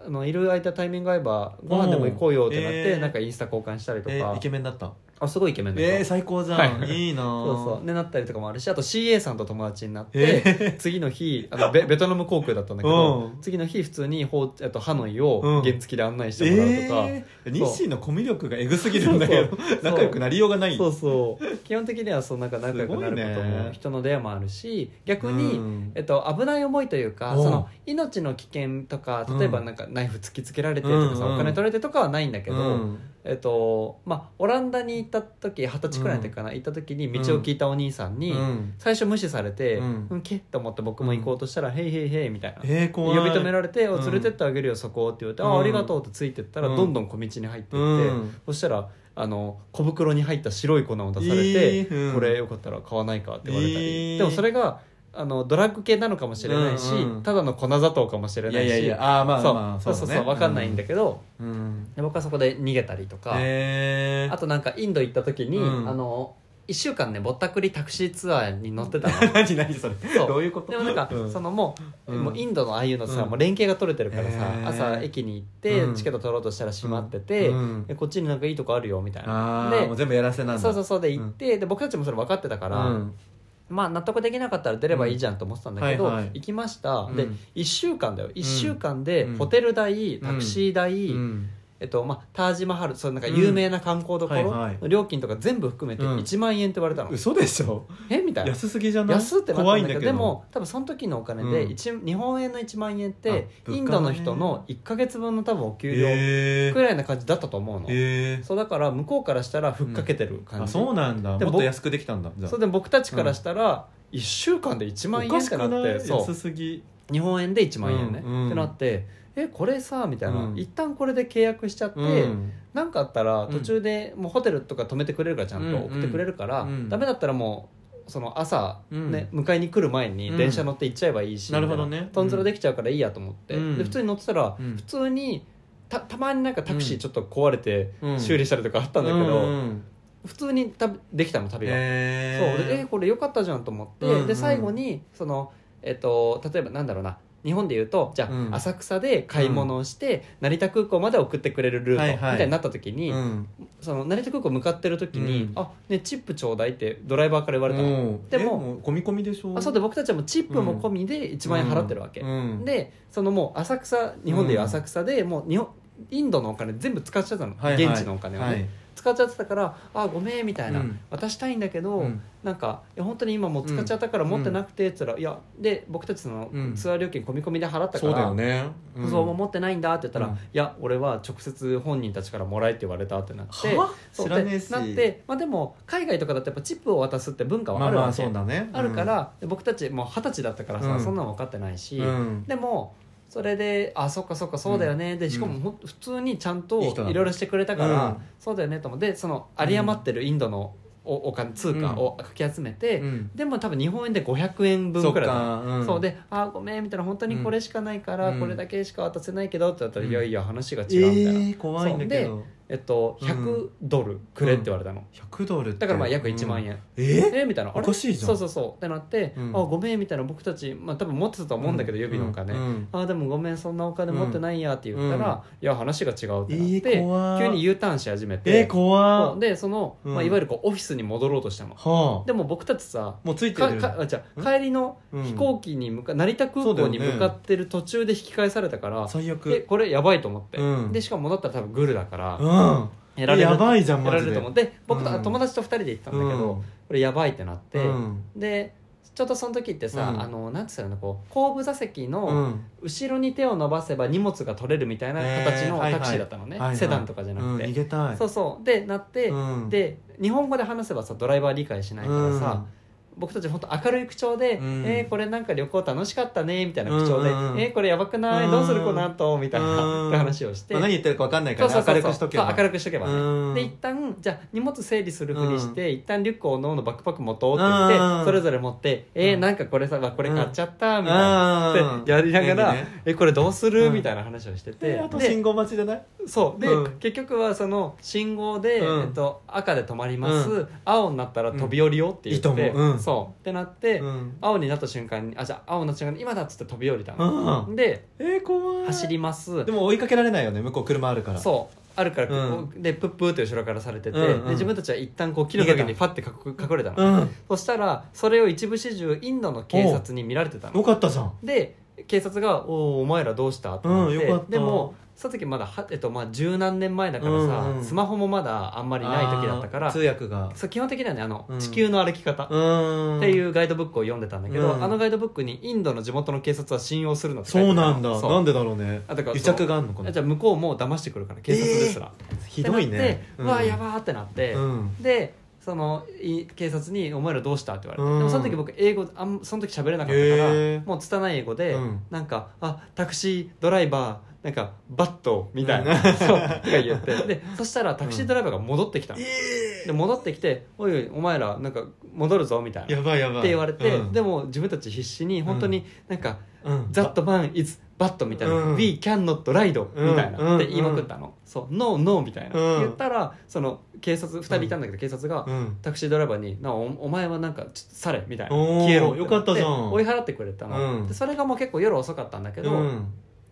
S2: あのいる空いたタイミング合えばご飯でも行こうよってなって、
S1: うん
S2: なんかインスタ交換したりと
S1: えー
S2: か
S1: イケメンだった
S2: あすごいイケメンだ
S1: えー、
S2: そ
S1: 最高じゃん、
S2: はい
S1: い、いな
S2: うそうでなったりとかもあるしあと CA さんと友達になって、
S1: え
S2: 次の日あのベベトナム航空だったんだけど、
S1: うん
S2: 次の日普通にほうえっとハノイを
S1: うん
S2: 原付で案内してもらうとか、
S1: えー、日清のコミュ力がエグすぎるんだけど
S2: そうそう
S1: 仲良くなりようがない
S2: そうそう基本的にはそうなんか仲良くなること
S1: すごいね
S2: も人の出会いもあるし逆
S1: う
S2: に、
S1: ん
S2: えっと、危ない思いというか
S1: おう
S2: その命の危険とか例え
S1: う
S2: ば
S1: ん
S2: なんかナイフ突きつけられてとかさ、
S1: うんうん
S2: お金取られてとかはないんだけど、
S1: うん
S2: えっとまあ、オランダに行った時二十歳くらいの時かな、行った時に道を聞いたお兄さんに、
S1: うん
S2: 最初無視されて「
S1: う
S2: うんん、けっ」と思って僕も行こうとしたら「へいへいへい」みたいな。
S1: えー、
S2: 呼
S1: 怖い
S2: び止めら
S1: れ
S2: れて「お
S1: うん
S2: 連れてってあげるよそこ」って言われて「
S1: うん
S2: あありがとう」ってついてったら
S1: うん
S2: どんどん小道に入っていって、
S1: うん
S2: そしたらあの小袋に入った白い粉を出されて
S1: え
S2: 「
S1: ーうん
S2: これよかったら買わないか」って言われたり、
S1: えー
S2: でもそれがあのドラッグ系なのかもしれないし、
S1: うんうん
S2: ただの粉砂糖かもしれ
S1: い
S2: な
S1: や
S2: いし
S1: いやいやあーまあ
S2: そう
S1: まあ
S2: そうそうそう分かんないんだ
S1: け
S2: けど、
S1: ど、うん
S2: で僕はそこで逃げたりとか。
S1: えー、
S2: あとなんかインド行った時に、
S1: うん
S2: あの1週間ねぼったくりタクシーツアーに 乗ってたの
S1: 何何それ
S2: そう
S1: どういうこと
S2: でもなんか、
S1: うん
S2: そのもう,、
S1: うん
S2: もうインドのああいうのさ、
S1: うん
S2: もう連携が取れてるからさ、
S1: へー
S2: 朝駅に行って、
S1: うん
S2: チケット取ろうとしたら閉まってて、
S1: うん
S2: でこっちになんかいいとこあるよみたい
S1: あ
S2: な
S1: あもう
S2: で
S1: 全部やらせなんだ
S2: そうそううそうで行って、で僕たちもそれ分かってたから、
S1: ん
S2: まあ納得できなかったら出ればいいじゃんと思ってたんだけど、
S1: はいはい
S2: 行きました、
S1: うん
S2: で1週間だよ1週間で、
S1: うん
S2: ホテル代タクシー代、
S1: うん
S2: えっとまあ、タージマハルそのなんか有名な観光どころ
S1: うんはいはい
S2: の料金とか全部含めて
S1: うん
S2: 1万円って言われたの、
S1: 嘘でしょ
S2: えみたいな
S1: 安すぎじゃない
S2: 安ってなった
S1: 怖い
S2: ん
S1: ん
S2: だけ
S1: だ
S2: ど
S1: けど
S2: でも多分その時のお金で
S1: うん
S2: 一、日本円の1万円っ
S1: あ
S2: て
S1: 物価がね
S2: インドの人の1か月分の多分お給料
S1: え
S2: くらいな感じだったと思うの、
S1: え
S2: そうだから向こうからしたらふっかけてる感
S1: あ
S2: じ、
S1: そうなんだ
S2: で
S1: も
S2: も
S1: っと安くできたんだじゃあ
S2: それで僕たちからしたら1週間で1万円
S1: おか
S2: っ
S1: してく
S2: なって
S1: ない
S2: そう
S1: 安すぎ
S2: 日本円で1万円ね、
S1: うんうん
S2: ってなってえこれさみたいな、
S1: うん
S2: 一旦これで契約しちゃって、
S1: うん
S2: なんかあったら
S1: うん
S2: 途中でもうホテルとか泊めてくれるからちゃん
S1: うん
S2: と送ってくれるから、
S1: うん
S2: ダメだったらもうその朝、
S1: うん
S2: ね迎えに来る前
S1: う
S2: に
S1: ん
S2: 電車乗って行っちゃえばいいし、
S1: なるほど
S2: みたい
S1: ね
S2: とんずらできちゃうからいいやと思って、
S1: うん
S2: で普通に乗ってたら、
S1: うん
S2: 普通にたたまになんかタクシーちょっと壊れて
S1: うん
S2: 修理したりとかあったんだけど、
S1: うんうん
S2: 普通にたできたの旅が。
S1: え
S2: そう
S1: ー
S2: でえこれ良かったじゃんと思って、
S1: うんうん
S2: で最後にその、えっと例えばなんだろうな日本で言うとじゃあ、
S1: うん
S2: 浅草で買い物をして、成田空港まで送ってくれるルート
S1: はい
S2: み
S1: はい
S2: たいになった時に、
S1: うん
S2: その成田空港向かってる時に
S1: うん
S2: 「あねチップちょうだい」ってドライバーから言われたの、
S1: うん
S2: でも
S1: え込み込みでしょ
S2: あそうで僕たちはもうチップも込みで1万円払ってるわけ、
S1: うん
S2: でそのもう浅草日本でいう浅草でもう日本インドのお金全部使っちゃったの、
S1: はいはい
S2: 現地のお金をね、
S1: はい
S2: 使っちゃってたから「あごめん」みたいな、
S1: うん
S2: 渡したいんだけど、
S1: うん
S2: なんかいや本当に今もう使っちゃったから持ってなくて」っつったら「いやで僕たちその
S1: うん
S2: ツアー料金込み込みで払ったか
S1: そうだ
S2: ら、
S1: よねん
S2: そうもう持ってないんだ」って言ったら「
S1: うん
S2: いや俺は直接本人たちからもらえ」って言われたってなって
S1: は
S2: そう
S1: 知らねえ
S2: で
S1: し
S2: なって、まあ、でも海外とかだとやっぱチップを渡すって文化は
S1: ま
S2: あ
S1: あ
S2: る
S1: まあ
S2: わけ、
S1: そうだね
S2: あるから、で僕たちもう二十歳だったからさ、
S1: うん
S2: そんなの分かってないし、
S1: うん
S2: でもそれであそっかそっかそうだよね、でしかもほん、普通にちゃんと
S1: いい人だ
S2: いろいろしてくれたから
S1: うん
S2: そうだよねと思ってその有り余ってるインドのおお金通貨をかき集めて、
S1: うん
S2: でも多分日本円で500円
S1: そ
S2: 分
S1: っ
S2: くらいだった
S1: かうん
S2: そうで「あーごめん」みたいな「本当にこれしかないから、
S1: うん
S2: これだけしか渡せないけど」って言ったら
S1: う
S2: 「
S1: ん
S2: いやいや話が
S1: え
S2: 違う」みたいな、
S1: えー怖いんだけど
S2: えっと
S1: う
S2: 100ドルくれって言われたの、
S1: 100ドルって
S2: だからまあ約1万円、
S1: え
S2: えみたいなあ
S1: お
S2: れ
S1: かしいじゃん
S2: そうそうそうってなって「
S1: うん
S2: あごめん」みたいな僕たち、まあ、多分持ってたと思うんだけど、予備のお金、
S1: うん
S2: あでもごめんそんなお金持ってないやって言ったら、
S1: うん
S2: いや話が違うってなっ
S1: え
S2: て、
S1: ー怖
S2: 急に U ターンし始めて、
S1: えー怖
S2: そう
S1: っ
S2: でその、
S1: うん
S2: まあ、いわゆるこうオフィスに戻ろうとしたの、
S1: はあ
S2: でも僕たちさ
S1: もうついて
S2: か
S1: る
S2: かあじゃ
S1: うん
S2: 帰りの
S1: うん
S2: 飛行機に向か、成田空港に
S1: そうだよね
S2: 向かってる途中で引き返されたから、
S1: 最
S2: え
S1: 悪
S2: これやばいと思って、
S1: うん
S2: でしかも戻ったら多分グルだから、
S1: うん
S2: やられる
S1: やばいじゃん
S2: や
S1: マ
S2: られ
S1: ジ
S2: る
S1: で
S2: と思って僕と、あ
S1: うん
S2: 友達と2人で行ったんだけど、
S1: うん
S2: これやばいってなって、
S1: うん
S2: でちょっとその時ってさ、
S1: うん
S2: あのなんつうのこう後部座席の、
S1: うん
S2: 後ろに手を伸ばせば荷物が取れるみたいな形
S1: えーは
S2: の
S1: いはい
S2: タクシーだったのね、
S1: はいはい
S2: セダンとかじゃなく
S1: うん逃
S2: て、
S1: げたい
S2: そうそうでなって、
S1: うん
S2: で日本語で話せばさドライバー理解しないからさ、僕たち本当明るい口調で「
S1: うん
S2: えーこれなんか旅行楽しかったね」みたいな口調で「
S1: うんうんうん
S2: えーこれやばくない、
S1: うん
S2: どうするこの後みたいな、
S1: うん
S2: って話をして、
S1: まあ何言ってるか分かんないか
S2: そうそ
S1: ら明
S2: うそう
S1: る
S2: そ
S1: くしと
S2: う
S1: け
S2: そう
S1: ば
S2: 明るくしとけばね、
S1: うん
S2: で一旦じゃあ荷物整理するふりして、一旦リュックをおのおのバックパック持とうって言って、
S1: うん
S2: それぞれ持って「えーなんかこれさわこれ買っちゃった」みたいな、
S1: うん
S2: でやりながら「
S1: いいね
S2: えこれどうする
S1: うん
S2: みたいな話をしてて、
S1: えーあと信
S2: で
S1: 号待ちじゃない
S2: そうで、
S1: うん
S2: 結局はその信号で、
S1: うん
S2: えっと、赤で止まります、
S1: う
S2: 青になったら飛び降りようって言って、
S1: うんいいと思ううん
S2: そうってなって、
S1: うん
S2: 青になった瞬間にあじゃあ青の瞬間に今だっつって飛び降りた
S1: う
S2: の、
S1: ん
S2: で
S1: えー怖い
S2: 走ります
S1: でも追いかけられないよね向こう車あるから
S2: そうあるから、
S1: うん
S2: こうでプップーって後ろからされてて、
S1: うんうん
S2: で自分たちは一旦こう木の陰にファって隠隠れたの、
S1: うん
S2: そしたらそれを一部始終インドの警察に見られてたの
S1: よかったじゃん
S2: で警察が「おーお前らどうした?」ってなって、
S1: うんよかった
S2: でもその時まだは、えっとまあ、十何年前だからさ、
S1: うんうん
S2: スマホもまだあんまりない時だったか
S1: あー
S2: ら
S1: 通訳が
S2: そう基本的にはねあの、
S1: うん
S2: 地球の歩き方」
S1: うん
S2: っていうガイドブックを読んでたんだけど、
S1: うん
S2: あのガイドブックにインドの地元の警察は信用するのって書い
S1: そ
S2: て
S1: う
S2: た
S1: なんだ
S2: そう
S1: なんでだろうね
S2: あだから
S1: 癒着があんのかな
S2: じゃあ向こうも騙してくるから警察ですら、
S1: ひどい
S2: ってなっ
S1: ね
S2: てうわやばーってなって、
S1: うん
S2: でそのい警察に「お前らどうした?」って言われて、
S1: うん
S2: でもその時僕英語あんその時喋れなかったから、
S1: へー
S2: もう拙い英語で、
S1: うん
S2: なんか「あタクシードライバーなんかバット」みたいな、
S1: うん
S2: そうとか言ってでそしたらタクシードライバーが戻ってきたの、で戻ってきて「おいおいお前らなんか戻るぞ」みたいな。
S1: やばいやばい
S2: って言われて、
S1: うん
S2: でも自分たち必死に本当になんか
S1: うん
S2: ザットマンイズバットみたいな、
S1: うん
S2: We can not ride みたいな、
S1: うん
S2: って言いまくったの、そう No no みたいな、
S1: うん
S2: 言ったらその警察2人いたんだけど警察が、
S1: うん
S2: タクシードライバーに「なおお前はなんかちょっと去れ」みたいな
S1: おー
S2: 消えろて
S1: よかったじゃん
S2: で追い払ってくれたの、
S1: うん
S2: でそれがもう結構夜遅かったんだけど、
S1: うん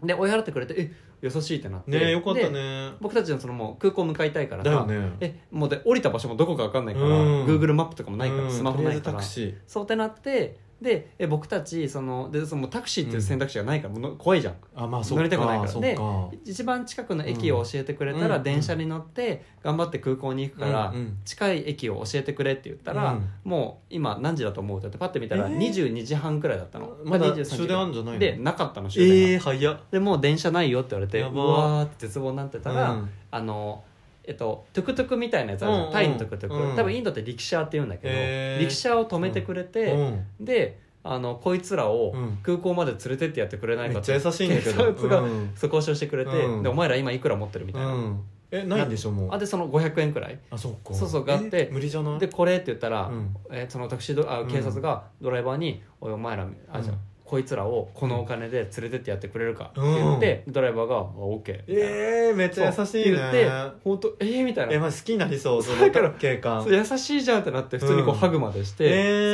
S2: で追い払ってくれてえ優しいってなって
S1: ねえよかった
S2: で
S1: ね
S2: 僕たちのそのもう空港向かいたいから
S1: だよ
S2: さ、
S1: ね
S2: えもうで降りた場所もどこか分かんないから、
S1: うん
S2: Google マップとかもないから、
S1: うん
S2: スマホない
S1: とりあえ
S2: か
S1: ずタ
S2: ら
S1: クシー
S2: そうってなってでえ僕たちそのでそのタクシーっていう選択肢がないから、もうの怖いじゃん
S1: あまあそ
S2: 乗
S1: う
S2: りたくないか
S1: からそう
S2: で
S1: か
S2: 一番近くの駅を教えてくれた
S1: う
S2: ら
S1: ん
S2: 電車に乗って頑張って空港に行くから
S1: うんうん
S2: 近い駅を教えてくれって言ったら、
S1: うん
S2: もう今何時だと思うって言ってパッて見た
S1: え
S2: ら
S1: ー
S2: 22時半くらいだったの、
S1: まだ
S2: 23時
S1: 終電あんじゃないの
S2: でなかったの終電が、
S1: ええ早っ
S2: でもう電車ないよって言われて
S1: やば
S2: うわーって絶望になってたら、
S1: うん
S2: あのえっと、トゥクトゥクみたいなやつあるじゃ
S1: う
S2: ん
S1: んうん
S2: タイのトゥクトゥク、
S1: うん
S2: 多分インドってリキシャーって言うんだけど、
S1: へー
S2: リキシャーを止めてくれて、
S1: うん
S2: であのこいつらを
S1: うん
S2: 空港まで連れてってやってくれない
S1: め
S2: か
S1: っちゃ優しいんだけど
S2: 警察が
S1: うん
S2: そう交渉してくれて、
S1: うん
S2: でお前ら今いくら持ってるみたいな、
S1: うんえないんでしょもう
S2: あでその500円くらい
S1: あそうか
S2: そうそうがあって
S1: え無理じゃない
S2: でこれって言ったら、
S1: うん
S2: えーそのタクシードあ
S1: うん
S2: 警察がドライバーに「おいお前らあじゃあ
S1: うん
S2: こいつらをこのお金で連れてってやってくれるか」って言って、ドライバーが「あ OK」みたいな
S1: ええめっちゃ優しい
S2: そ
S1: ね
S2: うって言って本当えー、みたいな
S1: えまあ好きになりそうそ
S2: だ
S1: の
S2: から
S1: 景観
S2: そう優しいじゃんってなって普通にこう
S1: うん
S2: ハグまでして、
S1: えー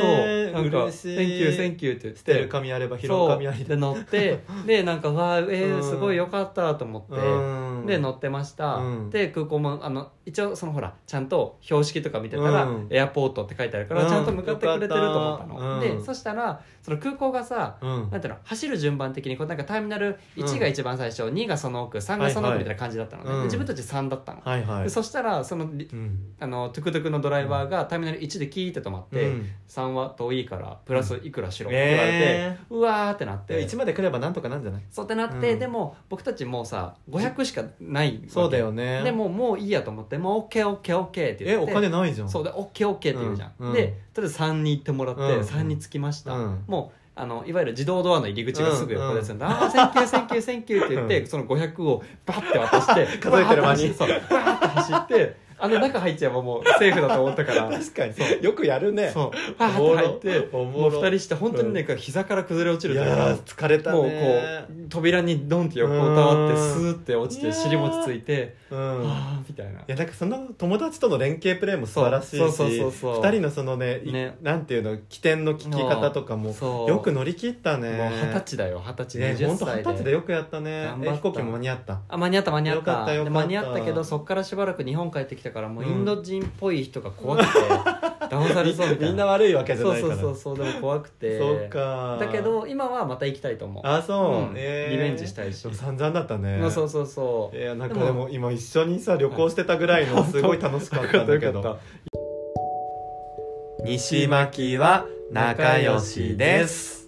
S2: そうなんか「
S1: 嬉しい
S2: Thank you thank you」って言って
S1: 捨てる紙あれば拾う紙あり
S2: そうで乗 ってでなんか「わあえー
S1: うん
S2: すごいよかった」と思って、
S1: うん
S2: で乗ってました、
S1: うん
S2: で空港もあの一応そのほらちゃんと標識とか見てたら「
S1: うん
S2: エアポート」って書いてあるから
S1: うん
S2: ちゃんと向かってくれてると思った
S1: よか
S2: の、
S1: ったうん
S2: でそしたらその空港がさ
S1: うん
S2: なんていうの走る順番的にこうなんかターミナル1が一番最初、2がその奥3がその
S1: はいは
S2: 奥
S1: い
S2: みたいな感じだったのね、
S1: うん
S2: で自分たち3だったの、
S1: はいはい
S2: でそしたらそのり
S1: うん
S2: あのトゥクトゥクのドライバーがターミナル1でキーって止まって、
S1: うん
S2: 3は遠いからプラスいくらしろって言われて、
S1: え
S2: うわーってなっ
S1: え
S2: て
S1: 一まで来ればなんとかなんじゃない
S2: そうってなって、
S1: うん
S2: でも僕たちもうさ500しかないわけ
S1: そうだよね
S2: でもうもういいやと思って「もう OKOKOK」って言って
S1: えお金ないじゃん
S2: そうで「OKOK」って言うじゃん、
S1: うんうん
S2: でとりあえず3に行ってもらって、
S1: うん
S2: 3に着きました、
S1: うん
S2: もうあのいわゆる自動ドアの入り口がすぐ横ですんで「
S1: うん
S2: ああセンキューセンキューセンキュー」って言って、
S1: う
S2: その500をバッて渡して
S1: 数えてる間に
S2: バーッて走そうバーって走ってあの中入っちゃえばもうセーフだと思ったから
S1: 確かによくやるね
S2: そう
S1: お
S2: バー
S1: もろ
S2: ッて入って
S1: お
S2: も
S1: も
S2: う
S1: ろ
S2: 2人して本当にね、膝から崩れ落ちる
S1: い
S2: というか
S1: やー疲れた
S2: もう
S1: ね
S2: こう扉にドンって横たわって
S1: う
S2: ス
S1: ん
S2: ーって落ちて尻餅ついて
S1: う
S2: あ
S1: ん
S2: あみたいない
S1: やなんかその友達との連携プレーも素晴らしいし
S2: そうそうそうそうそう
S1: 2人のそのねい
S2: ね
S1: なんていうの起点の聞き方とかも
S2: そう
S1: よく乗り切ったね
S2: もう二十歳だよ二十歳
S1: ね
S2: 20
S1: 本当
S2: 歳
S1: 二十
S2: で
S1: 歳でよくやったね
S2: 頑張った
S1: え飛行機も間に合った
S2: あ間に合った間に合っ
S1: よか
S2: た
S1: ったよ
S2: で
S1: かった
S2: 間に合ったけどそっからしばらく日本帰ってきたからもうインド人っぽい人が 怖くて、騙されそうみたいな
S1: みんな悪いわけじゃ
S2: そう
S1: ないか
S2: そう
S1: ら
S2: そうそうでも怖くて
S1: そうか
S2: だけど今はまた行きたいと思う
S1: あそう、
S2: うん
S1: えー
S2: リベンジしたいし
S1: 散々だったね
S2: まあそうそうそう
S1: いやなんか
S2: でも
S1: でも今一緒にさ旅行してたぐらいのすごい楽しかったんだ けど西巻は
S2: 仲良しです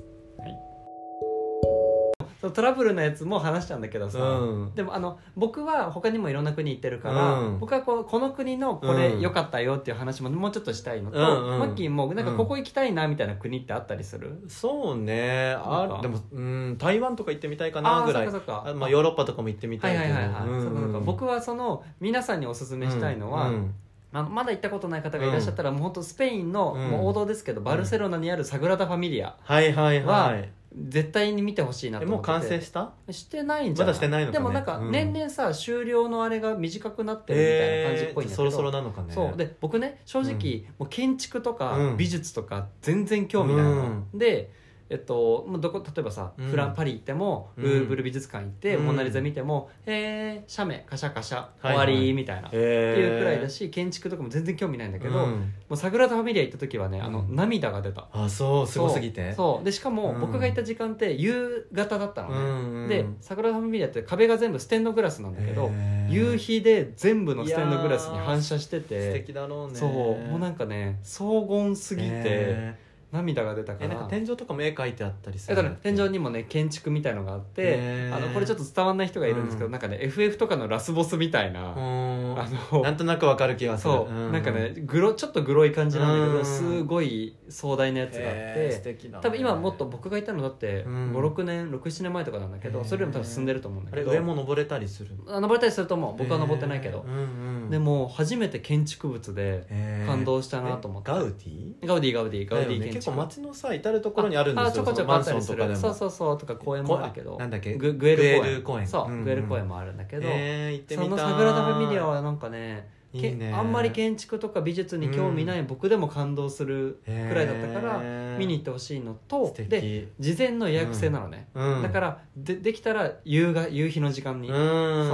S2: そうトラブルのやつも話したんだけど
S1: う
S2: さ、
S1: ん
S2: でもあの僕は他にもいろんな国行ってるから、
S1: うん
S2: 僕はこうこの国のこれ
S1: うん
S2: 良かったよっていう話ももうちょっとしたいのと、
S1: うんうん
S2: マッキーもなんかここ行きたいなみたいな国ってあったりする、
S1: そうね
S2: なん
S1: あ
S2: か
S1: でもうん台湾とか行ってみたいか
S2: あ
S1: な
S2: あ
S1: ぐ
S2: そ
S1: ら
S2: っ
S1: い
S2: かそっか
S1: あまあヨーロッパとかも行ってみた
S2: はいい
S1: けど
S2: はいはいはい、
S1: うん
S2: そうかそうか僕はその皆さんにおすすめしたいのは、
S1: うん
S2: あのまだ行ったことない方がいらっしゃったら、もう本当スペインの、
S1: うん
S2: もう王道ですけどバルセロナにあるサグラダ・ファミリア
S1: はいはいは
S2: はい絶対に見てほしいなと
S1: え
S2: 思
S1: も
S2: っ
S1: う
S2: てて
S1: 完成した
S2: してないんじゃな
S1: ま
S2: い
S1: だしてないのかね
S2: でもなんか
S1: うん
S2: 年々さ、終了のあれが短くなってるみたいな感じっぽいんだけど、
S1: えーそろそろなのかね
S2: そうで僕ね正直、もう建築とか
S1: うん
S2: 美術とか全然興味ないの、
S1: うん
S2: でえっと、もうどこ例えばさ、
S1: うん
S2: フランパリ行っても、
S1: うん
S2: ルーブル美術館行って、
S1: うん
S2: モナ・リザ見ても「へえ写メカシャカシャ
S1: はい
S2: 終
S1: は
S2: わ
S1: い
S2: り」みたいな、
S1: え
S2: っていうくらいだ
S1: し
S2: し建築とかも全然興味ないんだ
S1: だ
S2: けど、もうサグラダ・ファミリア行った時はねあの、
S1: うん
S2: 涙が出た
S1: あそうすごすぎて
S2: そうそうでしかも、
S1: うん
S2: 僕が行った時間って夕方だったのね、
S1: んうん
S2: でサグラダ・ファミリアって壁が全部ステンドグラスなんだけど、
S1: へー
S2: 夕日で全部のステンドグラスに反射して
S1: 素
S2: て、
S1: 敵だろうね
S2: そうもうなんかね荘厳すぎて、
S1: へ
S2: 涙が出た
S1: ー
S2: か
S1: え
S2: ら
S1: なんか天井とかも絵描いてあったりす
S2: え
S1: る
S2: だから天井にもね建築みたいのがあって
S1: へー
S2: あのこれちょっと伝わんない人がいるんですけど、
S1: うん
S2: なんかね FF とかのラスボスみたいな、
S1: う
S2: あ
S1: ーんな
S2: の
S1: んとなくわかる気がする
S2: そう、
S1: う
S2: なんかねグロちょっとグロい感じなんだけど、
S1: うん
S2: すごい壮大なやつがあって、
S1: へー素敵だね
S2: 多分今もっと僕がいたのだって
S1: うん
S2: 56年67年前とかなんだけ
S1: へ
S2: ど
S1: ー
S2: それよりも多分進んでると思うんだ
S1: あ
S2: け
S1: れ
S2: ど
S1: 上も登れたりする
S2: あ登れたりすると思う僕は登ってないけど
S1: へー、うんうん
S2: でも初めて建築物で感動したなと思って、
S1: ガウディ
S2: ガウディガウディガウデ
S1: だよ
S2: ィ
S1: ね
S2: 建
S1: 結構
S2: 築
S1: 街のさ至る所にあるんですよ
S2: あちょこちょこ
S1: マ
S2: あっ
S1: ンシ
S2: た
S1: ョ
S2: り
S1: ン
S2: す
S1: と
S2: る
S1: かでも
S2: そうそうそうとか公園もあるけ
S1: こ
S2: ど
S1: あなんだっけ
S2: ググエル公園
S1: グエル公園
S2: そう、
S1: うんうん
S2: グエル公園もあるんだけど、
S1: えー行ってみ
S2: そ
S1: たい
S2: のサグラダ・ファミリアはなんかね
S1: い
S2: け
S1: いね
S2: あんまり建築とか美術に興味ない僕でも感動する
S1: へー
S2: くらいだったから見に行ってほしいのと
S1: 素敵
S2: で事前の予約制なのね、
S1: うん
S2: だからでできたら夕が夕日の時間に、
S1: うん
S2: そ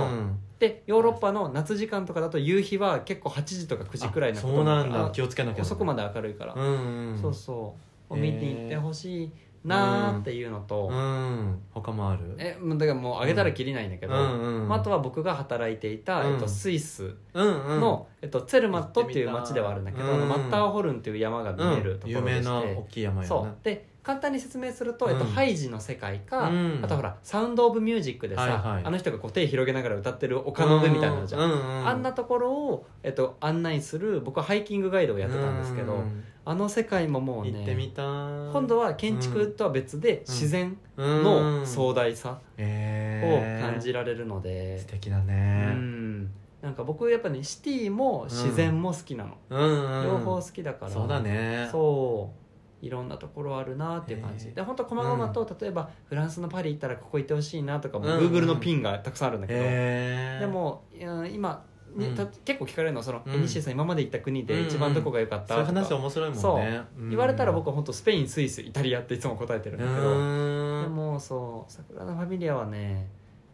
S2: うでヨーロッパの夏時間とかだと夕日は結構8時とか9時くらい
S1: あ
S2: の
S1: そうなんだ
S2: だ
S1: 気をつけなきゃ
S2: 遅くまで明るいから、
S1: うん
S2: そうそう、
S1: へー
S2: 見に行ってほしいなーっていうのと、
S1: うん他もある
S2: えもうだからもうあげたらきりないんだけど、
S1: うんうん
S2: まあ、あとは僕が働いていた、
S1: うん
S2: えっと、スイス
S1: うんうん
S2: の、えっと、ツェルマットっていう町ではあるんだけど、
S1: 行ってみた
S2: あ
S1: い
S2: のマッターホルンっていう山が見える
S1: う
S2: と
S1: ん
S2: ころ
S1: 有名
S2: でして、
S1: な大きい山やな
S2: そうで簡単に説明すると、えっと
S1: うん
S2: ハイジの世界か、
S1: うん
S2: あとほら「サウンド・オブ・ミュージック」でさ、
S1: はいはい
S2: あの人がこう手広げながら歌ってる丘の上みたいなのじゃん、
S1: うんうん
S2: あんなところを、えっと、案内する僕はハイキングガイドをやってたんですけど、
S1: うん
S2: あの世界ももうね
S1: 行ってみたい
S2: 今度は建築とは別で自然
S1: う
S2: の
S1: ん
S2: 壮大さを
S1: へー
S2: 感じられるので
S1: 素、敵だ
S2: う
S1: ね
S2: ん、なんか僕やっぱねシティも自然も好きなの、
S1: うんうん
S2: 両方好きだから
S1: そうだね
S2: そういろんなところあるなっていう感
S1: へ
S2: じ
S1: ー
S2: で本当細々と、例えばフランスのパリ行ったらここ行ってほしいなとかも、
S1: うんうん
S2: Google のピンがたくさんあるんだけど、
S1: へー
S2: でもうん今、ね
S1: うん
S2: た結構聞かれるのはその、
S1: うん
S2: え西井さん今まで行った国で一番どこが良かった
S1: そういう
S2: とか
S1: 話面白いもんね
S2: そ
S1: うん
S2: 言われたら僕は本当スペインスイスイタリアっていつも答えてるんだけど、
S1: う
S2: で
S1: ん
S2: もそう「桜のファミリア」はね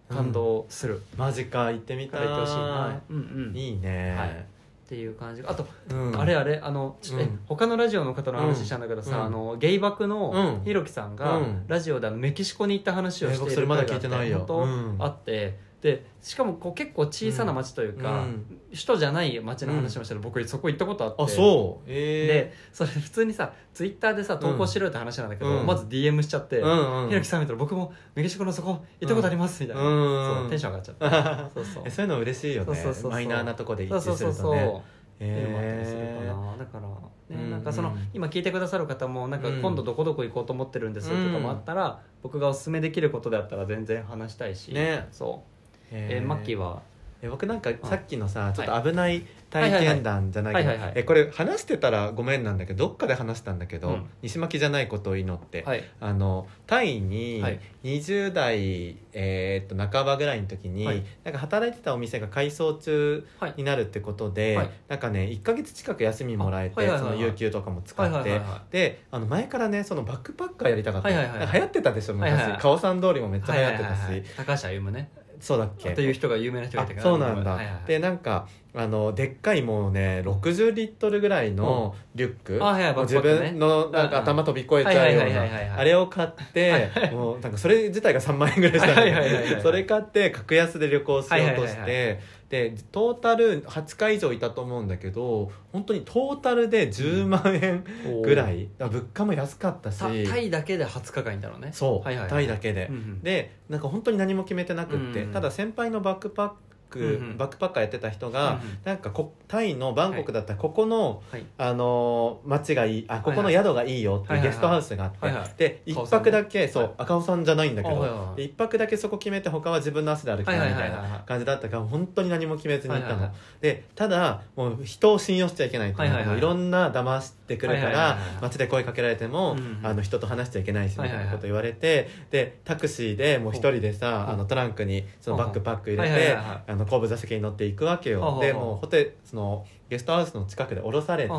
S2: 感動する、
S1: マジか行ってみた、
S2: から行ってほしいないうんうん、っ
S1: いいね、
S2: はいていう感じあと、
S1: うん
S2: あれあれあのちょっと、
S1: うん
S2: え他のラジオの方の話したんだけどさ、
S1: うん
S2: あのゲイバクの
S1: うん
S2: ひろきさんが、
S1: うん
S2: ラジオでメキシコに行った話を
S1: え
S2: してい
S1: ー僕
S2: る
S1: それまだ
S2: 回
S1: 聞
S2: があって
S1: いてないよ
S2: 本
S1: うん
S2: 当あってでしかもこう結構小さな町というか、
S1: うん
S2: 首都じゃない町の話もしたら、僕そこ行ったことあって
S1: あそうえ
S2: でそれ普通にさツイッターでさ投稿しろよって話なんだけど、
S1: うん
S2: まず DM しちゃって、
S1: えうんうん
S2: ひろきさん見たら僕もメキシコのそこ行ったことありますみたいな、
S1: うん
S2: そうテンション上がっちゃっ たそうそう
S1: えそういうの嬉しいよね
S2: そうそうそうそう
S1: マイナーなとこで一
S2: そうそ
S1: 致
S2: う
S1: す
S2: そう
S1: る
S2: そ
S1: と
S2: う、
S1: ね
S2: っていうのもあったりする
S1: え
S2: かなだから、ね
S1: うん
S2: なんかその今聞いてくださる方もなんか
S1: うん
S2: 今度どこどこ行こうと思ってるんですよとかもあったら、僕がおすすめできることであったら全然話したいし、
S1: ね
S2: そう、
S1: え
S2: えーマッキー
S1: は
S2: は
S1: 僕なんかさっきのさちょっと危ない
S2: は
S1: 体
S2: いはいはい
S1: 験談じゃないけど
S2: はいはいはい
S1: えこれ話してたらごめんなんだけどどっかで話したんだけど、
S2: うん
S1: 西巻じゃないことを祈って、
S2: はい
S1: あのタイに
S2: はい
S1: 20代、えーっと半ばぐらいの時に、
S2: はい
S1: なんか働いてたお店が改装中
S2: はい
S1: になるってことで、
S2: はい
S1: なんかね1か月近く休みもらえて、
S2: あはいはいはい
S1: そ
S2: はい
S1: の有給とかも使
S2: はい
S1: って、
S2: はいはいは
S1: であの前からねそのバックパッカーやりたかった、
S2: はいはいはい
S1: なんか流行ってたでしょ昔、
S2: はいはいはい
S1: カオさん通りもめっちゃ
S2: い
S1: 流
S2: は
S1: 行
S2: い
S1: ってたし、
S2: はいはい高橋歩夢ね
S1: そうだっけ
S2: という人が有名な人がいたけ
S1: あ
S2: ど
S1: そうなんだ、
S2: はいはいはい
S1: でなんかあのでっかいもうね60リットルぐらいのリュック、
S2: んあはいはい
S1: もう
S2: バッ
S1: 自
S2: クパックね
S1: 分のなんか
S2: うんうん
S1: 頭飛び越えちゃうよ
S2: は
S1: う
S2: いはいはいはいはい
S1: なあれを買ってもうなんかそれ自体が3万円ぐらいしたの
S2: はいはいはいはい
S1: それ買って格安で旅行しようとして、
S2: はいはい
S1: でトータル8回以上いたと思うんだけど本当にトータルで10万円ぐらい、だから物価も安かったし
S2: タタイだけで20日間いたのね
S1: そう、
S2: はいはいはい
S1: タイだけで
S2: う、んうん
S1: でなんか本当に何も決めてなくって、
S2: うん
S1: ただ先輩のバックパック、
S2: うんうん
S1: バックパッカーやってた人
S2: うんう
S1: が、
S2: ん
S1: なんかこタイのバンコクだったらここの、
S2: はい
S1: あのー街がいいあここの
S2: はいは
S1: 宿がいいよっていう
S2: はいはい
S1: ゲ
S2: はい
S1: ストハウスがあって、
S2: はいはい
S1: で
S2: カオ
S1: 一
S2: さんね
S1: 泊だけそう、
S2: はい
S1: 赤尾さんじゃないんだけど、
S2: あはいはいはい
S1: で一泊だけそこ決めて他は自分の足で歩きた
S2: はいい
S1: み
S2: は
S1: た
S2: い
S1: いな。
S2: はいは
S1: 感じだったから本当に何も決めずに行ったの、
S2: はいはいはい
S1: でただもう人を信用しちゃいけないというか
S2: はいはいはい
S1: もういろんな騙してくるか
S2: はいはい
S1: ら
S2: はいはい
S1: 街で声かけられても、
S2: うんうん
S1: あの人と話しちゃいけないしみ
S2: はい
S1: た
S2: は
S1: い
S2: いはい
S1: なこと言われて、でタクシーでもう一人でさ
S2: ほう
S1: あのトランクにそのバックパック入れ
S2: はいはい
S1: て
S2: はいはい
S1: あの後部座席に乗っていくわけ
S2: ほうほ
S1: よ
S2: うほう
S1: でもうホテルそのゲストハウスの近くで降ろされて
S2: あ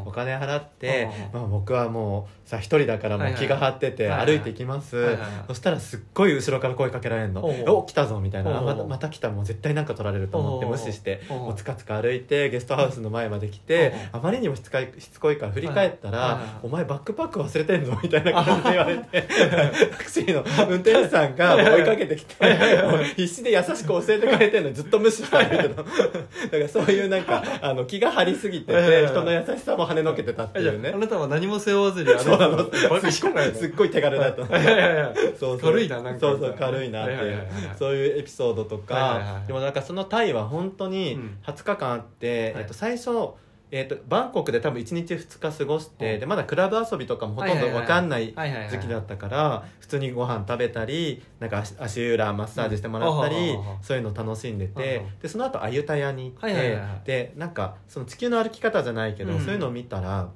S2: あ
S1: お金払って
S2: ああ
S1: まあ、僕はもうさ一人だからもう気が張ってて
S2: はいはいは
S1: 歩
S2: い
S1: いていきます、
S2: はいはいはい
S1: そしたらすっごい後ろから声かけられるの「
S2: おうおう
S1: お来たぞ」みたいな「あ
S2: おうおう
S1: またまた来たもう絶対なんか取られる」と思って
S2: おうおう
S1: 無視して
S2: おうおう
S1: もうつかつか歩いてゲストハウスの前まで来て
S2: お
S1: あまりにもしつかいしつこいから振り返った
S2: はいはい
S1: ら
S2: は
S1: 「
S2: い
S1: お前バックパック忘れてんぞ」みたいな感じで言われ てタクシーの運転手さんが追いかけてきてもう必死で優しく教えてくれてんのにずっと無視してたんだけどだからそういうなんかあの気が張りすぎて
S2: はいはい
S1: て
S2: はい
S1: 人の優しさも跳ねのけてたって
S2: えじ
S1: い
S2: ゃ
S1: うね
S2: ああ。なたは何も背負わずにあな
S1: そうな
S2: た
S1: の
S2: のバッしかないの
S1: すっごい手軽だった
S2: はいはいはいはい
S1: そうそう
S2: 軽いななんか
S1: そうそう軽いなっていう、
S2: はいはいはいはい
S1: そういうエピソードとか、
S2: はいはいはい
S1: でもなんかそのタイは本当に
S2: うん
S1: 20日間あって、
S2: はい
S1: えっと、最初、えっと、バンコクで多分1日2日過ごして、
S2: うん
S1: でまだクラブ遊びとかもほとんど分かんない
S2: はいはいはい
S1: 時期だったから普通にご飯食べたりなんか足足裏マッサージしてもらったり、
S2: うん
S1: そういうの楽しんでて
S2: うんうん
S1: でその後アユタヤに行って、
S2: はいはいはいはい
S1: でなんかその地球の歩き方じゃないけど、
S2: うん
S1: そういうのを見たら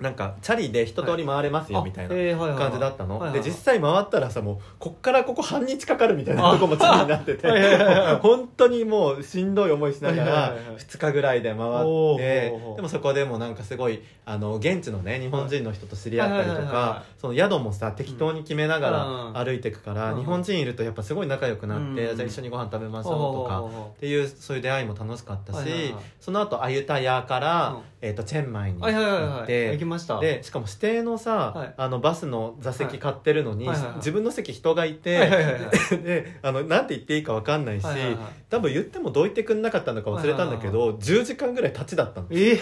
S1: なんかチャリで一通り回れますよみたいな
S2: あえーはいはいはい
S1: 感じだったの、
S2: はいはいはい
S1: で実際回ったらさもうこっからここ半日かかるみたい なとこも地になってて
S2: はいはいはいはい
S1: 本当にもうしんどい思いしなが
S2: はい
S1: ら
S2: はいはいはい
S1: 2日ぐらいで回
S2: お
S1: っ
S2: ー
S1: て
S2: ほうほう
S1: でもそこでもなんかすごいあの現地のね日本人の人と知り合ったり
S2: はい
S1: と
S2: はいはいはいは
S1: かその宿もさ適当に決めなが
S2: うん
S1: ら歩いていくから、
S2: うん
S1: 日本人いるとやっぱすごい仲良くなって、
S2: うん
S1: じゃあ一緒にご飯食べましょうとか。
S2: おうおうおう
S1: っていうそういう出会いも楽しかったし、
S2: はいはいはい
S1: その後アユタヤから、
S2: うん
S1: えっとチェンマイに行っ
S2: はい
S1: て、
S2: はいはいはい行きました
S1: でしかも指定のさ、
S2: はい
S1: あのバスの座席
S2: はい
S1: 買ってるのに、
S2: はいはいはい
S1: 自分の席人がいて、
S2: はいはいはいはい
S1: であのなんて言っていいか分かんないし、
S2: はいはいはい
S1: 多分言ってもどいてくんなかったのか忘れたんだけど、10時間ぐらい立ちだったの。
S2: ええ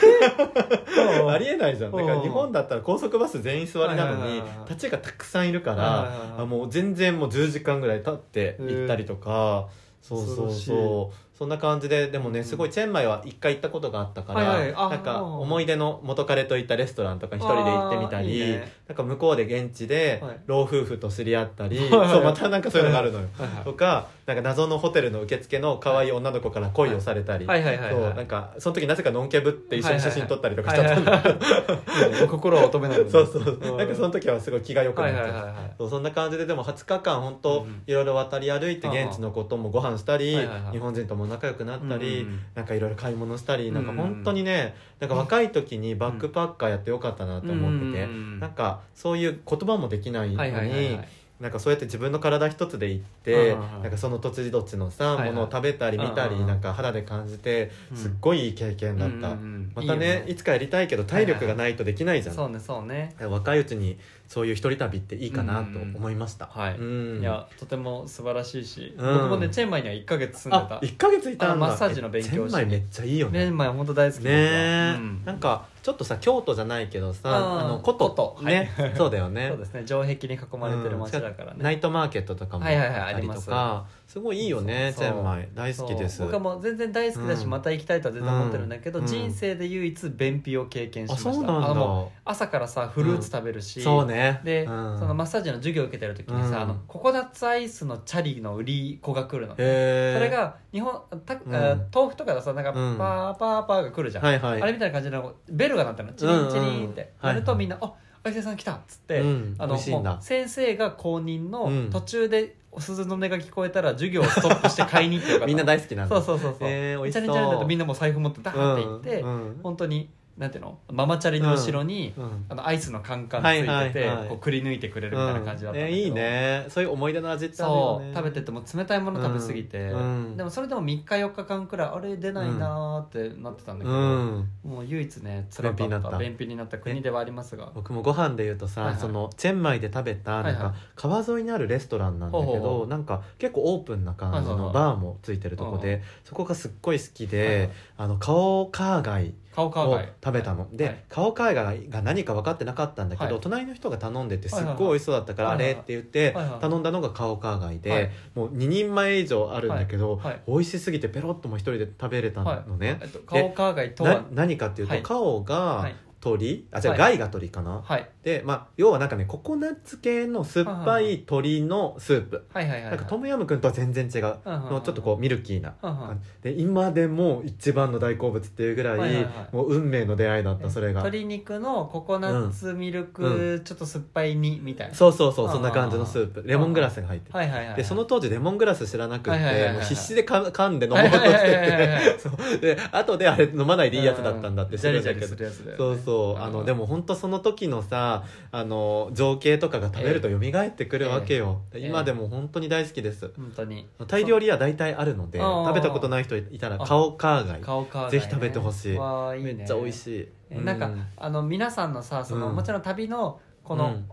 S1: ありえないじゃんだから
S2: うん
S1: 日本だったら高速バス全員座りなの
S2: はいはい
S1: に
S2: はいはい
S1: 立ちがたくさんいるか
S2: はいはいはいはい
S1: らあもう全然もう10時間ぐらい立って行ったりとかそうそう
S2: 恐
S1: そうそんな感じででもねすごいチェンマイは一回行ったことがあったか
S2: はいはい
S1: ら
S2: あ
S1: なんか
S2: うん
S1: 思い出の元彼と行ったレストランとか一人で行ってみた
S2: あーいい
S1: り
S2: ね
S1: なんか向こうで現地で
S2: はい
S1: 老夫婦と知り合ったり
S2: はいはい
S1: そうまたなんかそういうのがあるのよ。
S2: はいはい
S1: とかなんか謎のホテルの受付の可愛い女の子から恋をされたり
S2: はいはいはい
S1: そう
S2: はい
S1: なんかその時なぜかノンケブって一緒に写真撮ったりとかしちゃったんだけど
S2: はい はいはいはい心は乙女なのに
S1: そうそうなんかその時はすごい気が良くな
S2: は
S1: っ
S2: い
S1: ち
S2: は
S1: ゃ
S2: いうはいはい
S1: そうそんな感じででも20日間本当
S2: うん
S1: いろいろ渡り歩いて
S2: ああ
S1: 現地のこともご飯したり、
S2: はいはいはい
S1: 日本人とも仲良くなったり、
S2: うんうんうん
S1: なんかいろいろ買い物したり、なんか
S2: うんうんうん
S1: 本当にねなんか若い時にバックパッカーやってよかったなと思ってて、
S2: うんうんうん
S1: なんかそういう言葉もできないのに、
S2: はいはいはいはい
S1: なんかそうやって自分の体一つで行って、
S2: うんうんうん
S1: なんかその土地土地のさ、
S2: はいはい
S1: ものを食べたり見たり、
S2: うんうんうん
S1: なんか肌で感じて
S2: うん
S1: すっごいいい経験だった、
S2: うんうんう
S1: ま
S2: ん
S1: たねい
S2: いいよね
S1: つかやりたいけど体力がないとできないじゃん、
S2: そうねそうね
S1: 若いうちにそういう一人旅っていいかなと思いました、
S2: はい
S1: うん
S2: いやとても素晴らしいし
S1: うん
S2: 僕もねチェンマイには1ヶ月住んで
S1: あ
S2: た
S1: 一1か月いたんだ
S2: あマッサージの勉強して
S1: チェンマイめっちゃいいよ
S2: チェ
S1: ね
S2: ンマイ本当大好き
S1: ねえ、なんかちょっとさ京都じゃないけどさ
S2: あ
S1: あ
S2: ー
S1: の古都
S2: 古都
S1: ね、そうだよ
S2: うん
S1: ね
S2: そうですね城壁に囲まれてる街だから
S1: うんナ
S2: ね
S1: イトマーケットとかも
S2: はいはいはい
S1: あったり
S2: あ
S1: と
S2: り
S1: か、
S2: ます
S1: ごいいいよね
S2: そうそう
S1: チェンマイ大好きです
S2: そう僕はもう全然大好きだし、
S1: うん
S2: また行きたいとは全然思ってるんだけど、
S1: うん
S2: 人生で唯一便秘を経験し
S1: あ
S2: ました
S1: そうなんだ
S2: あもう朝からさフルーツ食べるし、
S1: そうね
S2: で、
S1: うん
S2: そのマッサージの授業受けてる時にさ、
S1: うん
S2: あのココナッツアイスのチャリの売り子が来るの、
S1: へえ
S2: それが日本た、あ
S1: うん
S2: 豆腐とかださなんかパ
S1: うん
S2: ーパーパーが来るじゃん、
S1: はいはい
S2: あれみたいな感じのベルが鳴ったのチリンチリンっ
S1: うんうん
S2: て、
S1: はい
S2: なるとみんな「あお医者さん来た」っつって、
S1: うん
S2: あ
S1: 美
S2: の
S1: 味しいんだ
S2: もう先生が公認
S1: う
S2: の
S1: ん
S2: 途中でお鈴の音が聞こえたら授業をストップして買いに行ってよかった
S1: みんな大好きなんだ
S2: そうそうそうそう、
S1: えー美味しそう
S2: チャリンチャリンだとみんなもう財布持ってダーって行って、
S1: うん
S2: 本当になんていうのママチャリの後ろに、
S1: うんうん
S2: あのアイスのカンカンついてて、
S1: はいはいはい
S2: こうくり抜いてくれるみたいな感じだったんだ
S1: うん
S2: け
S1: ねい
S2: ど
S1: いねそういう思い出の味ってあるよ
S2: そ
S1: ね
S2: う食べてても冷たいもの食べ過ぎて、
S1: うんうん
S2: でもそれでも3日4日間くらいあれ出ないなーってなってたんだけ
S1: う
S2: ど、
S1: ん
S2: もう唯一ね辛
S1: 便秘にな
S2: かっ
S1: ったた
S2: 便秘になった国ではありますが
S1: 僕もご飯で言うとさ、
S2: はいはい
S1: そのチェンマイで食べたなん
S2: はいは
S1: か
S2: い
S1: 川沿いにあるレストランなんだけど、
S2: ほうほうほう
S1: なんか結構オープンな感じ
S2: はいはいは
S1: の
S2: い
S1: バーもついてるとこで、
S2: うん
S1: そこがすっごい好きで、
S2: はいはい
S1: あのカオカーガイ
S2: 顔か
S1: を
S2: わいい
S1: 食べたの、で、
S2: はい
S1: カオカーガイが何か分かってなかったんだけど、
S2: はい
S1: 隣の人が頼んでてすっ
S2: はいはい
S1: ご
S2: は
S1: い
S2: い
S1: 美味しそうだったから、
S2: はいはい
S1: あれって言って
S2: はいはい
S1: 頼んだのがカオカーガイで、
S2: はい
S1: もう2人前以上あるんだけど、
S2: はいはい
S1: 美味しすぎてペロッとも一人で食べれたのね、
S2: はいえっと、顔かわいいと
S1: な
S2: は
S1: 何かっていうと、
S2: はい
S1: カオが、
S2: はい
S1: 鳥あじゃあ、
S2: はい
S1: ガイが鳥かな
S2: はい
S1: でまあ要はなんかねココナッツ系の酸っぱい鶏のスープ
S2: はいはいはい
S1: なんかトムヤムクンとは全然違うのちょっとこうミルキーな
S2: うんうん
S1: 感じで今でも一番の大好物っていうぐら
S2: はいはい
S1: い
S2: はい
S1: もう運命の出会いだったそれが
S2: 鶏肉のココナッツミルク、ちょっと酸っぱい煮みたいな
S1: そうそうそう
S2: あー
S1: そんな感じのスープレモングラスが入ってる
S2: はいはいはいはい
S1: でその当時レモングラス知らなく
S2: はいはいは
S1: て
S2: いはいはい
S1: もう必死でか噛んで飲もうとして
S2: はいはいはいはいはい
S1: て そうで後であれ飲まないでいいやつだったんだって
S2: ジャリジャリ
S1: 知るんだけど
S2: するやつだよね
S1: そうそうあのでも本当その時のさあの情景とかが食べると蘇ってくるわけよ、
S2: ええ
S1: 今でも本当に大好きです、
S2: 本当に
S1: タイ料理は大体あるので
S2: あー
S1: 食べたことない人いたら
S2: あ
S1: カオカーガイ
S2: 顔か
S1: ぜひ食べてほしい
S2: わあいいね
S1: めっちゃ美味しい、
S2: えなんか、
S1: う
S2: あの皆さんのさその、
S1: うん
S2: もちろん旅のこの、
S1: うん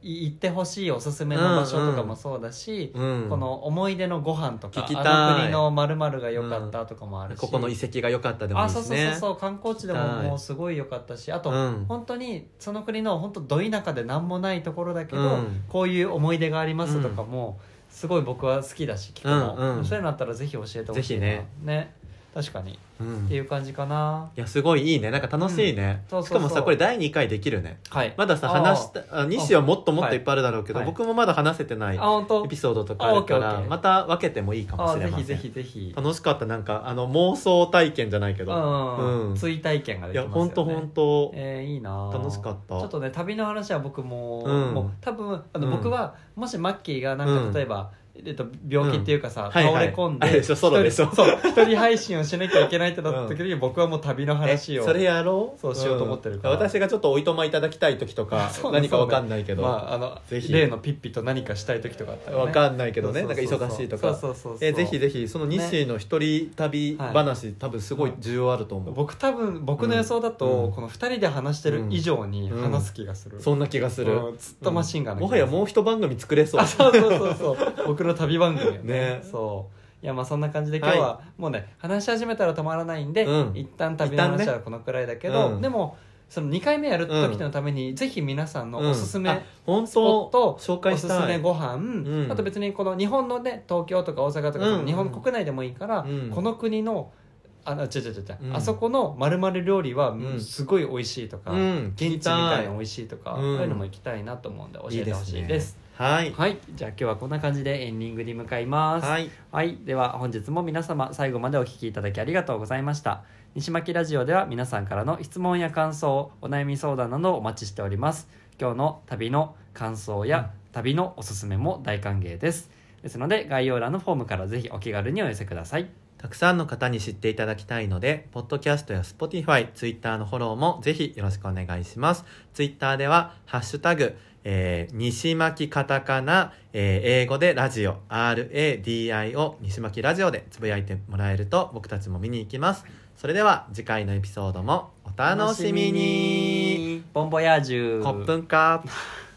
S2: い行ってほしいおすすめの場所とかもそうだし、
S1: うん
S2: この思い出のご飯とか
S1: 聞きたい
S2: あの国のまるが良かったとかもあるし、
S1: ここの遺跡が良かったでもいい
S2: あ
S1: し
S2: そ
S1: ね
S2: うそうそうそう観光地でも
S1: はい
S2: もうすごい良かったしあと、
S1: うん
S2: 本当にその国の本当ど田舎で何もないところだけど、
S1: うん
S2: こういう思い出がありますとかも、すごい僕は好きだし聞くの、
S1: うんうん
S2: そういうのあったらぜひ教えてほしいな
S1: ぜ
S2: ね確かに、
S1: うん
S2: って
S1: い
S2: いう感じかな
S1: やすごいいいねなんか楽しいね、
S2: うんそうそう
S1: し
S2: そう
S1: かもさこれ第2回できるね
S2: はい、
S1: まださ
S2: あー
S1: 話したあ西はもっともっといっぱいあるだろうけど、
S2: はい
S1: 僕もまだ話せてない
S2: あ本当
S1: エピソードとかあるか
S2: あオッケーオッ
S1: ら
S2: ケー
S1: また分けてもいいかも
S2: あ
S1: しれ
S2: ぜ
S1: ませ
S2: ひ
S1: ん
S2: ぜひぜひ
S1: 楽しかったなんかあの妄想体験じゃないけ
S2: う
S1: ど、
S2: ん、
S1: うん
S2: 追体験がで
S1: い
S2: き
S1: や
S2: ますよね
S1: 本当本当
S2: えー、いいな
S1: 楽しかった
S2: ちょっとね旅の話は僕も,、
S1: うん
S2: もう多分あの、
S1: うん
S2: 僕はもしマッキーがなんか
S1: うん
S2: 例えば、えっと、病気っていうかさ、
S1: んはいはい
S2: 倒れ込んで
S1: あれでしょソロでしょ
S2: 一人そう一人配信をしなきゃいけないってなった時に、僕はもう旅の話を
S1: えそれやろう
S2: そうしようと思ってるから
S1: ん私がちょっとおいとまいただきたい時とか
S2: そうね
S1: 何か分かんないけど、
S2: まあ、あの
S1: ぜひ
S2: 例のピッピと何かしたい時とかあったら、ね、
S1: 分かんないけどね
S2: そうそうそう
S1: なんか忙しいとか
S2: そうそうそうそう
S1: えぜひぜひその西の一人旅話、多分すごい需要あると思う、
S2: 僕多分僕の予想だと、
S1: うん
S2: この2人で話してる以上に話す気がする、
S1: そんな気がする、
S2: うんずっとマシンガンな気がす
S1: も
S2: る
S1: はやもう一番組作れそう
S2: あそうそうそうそう僕の旅番組よね
S1: ね
S2: そういやまあそんな感じで今日はもうね、話し始めたら止まらないんで、
S1: うん
S2: 一旦旅の
S1: 一
S2: 話
S1: 旦
S2: はこのくらいだけど、
S1: うん
S2: でもその2回目やる時のために、ぜひ皆さんのおすすめ、
S1: うんあ本
S2: スポ
S1: 当
S2: ット
S1: 紹介
S2: お
S1: し
S2: す
S1: たい
S2: すめご飯、
S1: ん
S2: あと別にこの日本のね東京とか大阪とか、
S1: うん
S2: 日本国内でもいいから、
S1: うん
S2: この国のあ違う違う違う、
S1: うん
S2: あそこのまる料理は
S1: ん
S2: すごい美味しいとか、
S1: うん
S2: 現地みたいな美味しいとか、
S1: うん
S2: そういうのも行きたいなと思うんで教えてほしい
S1: ね
S2: です。
S1: はい
S2: はい、じゃあ今日はこんな感じでエンディングに向かいます。はい、
S1: はい
S2: では本日も皆様最後までお聞きいただきありがとうございました。西巻ラジオでは皆さんからの質問や感想、お悩み相談などをお待ちしております。今日の旅の感想や旅のおすすめも大歓迎です。ですので概要欄のフォームからぜひお気軽にお寄せください。
S1: たくさんの方に知っていただきたいので、ポッドキャストや Spotify、Twitter のフォローもぜひよろしくお願いします。Twitter では、ハッシュタグ、えー西巻カタカナ、えー英語でラジオ、RADIO、西巻ラジオでつぶやいてもらえると僕たちも見に行きます。それでは次回のエピソードもお楽しみに
S2: ボンボヤージュ
S1: コップンカー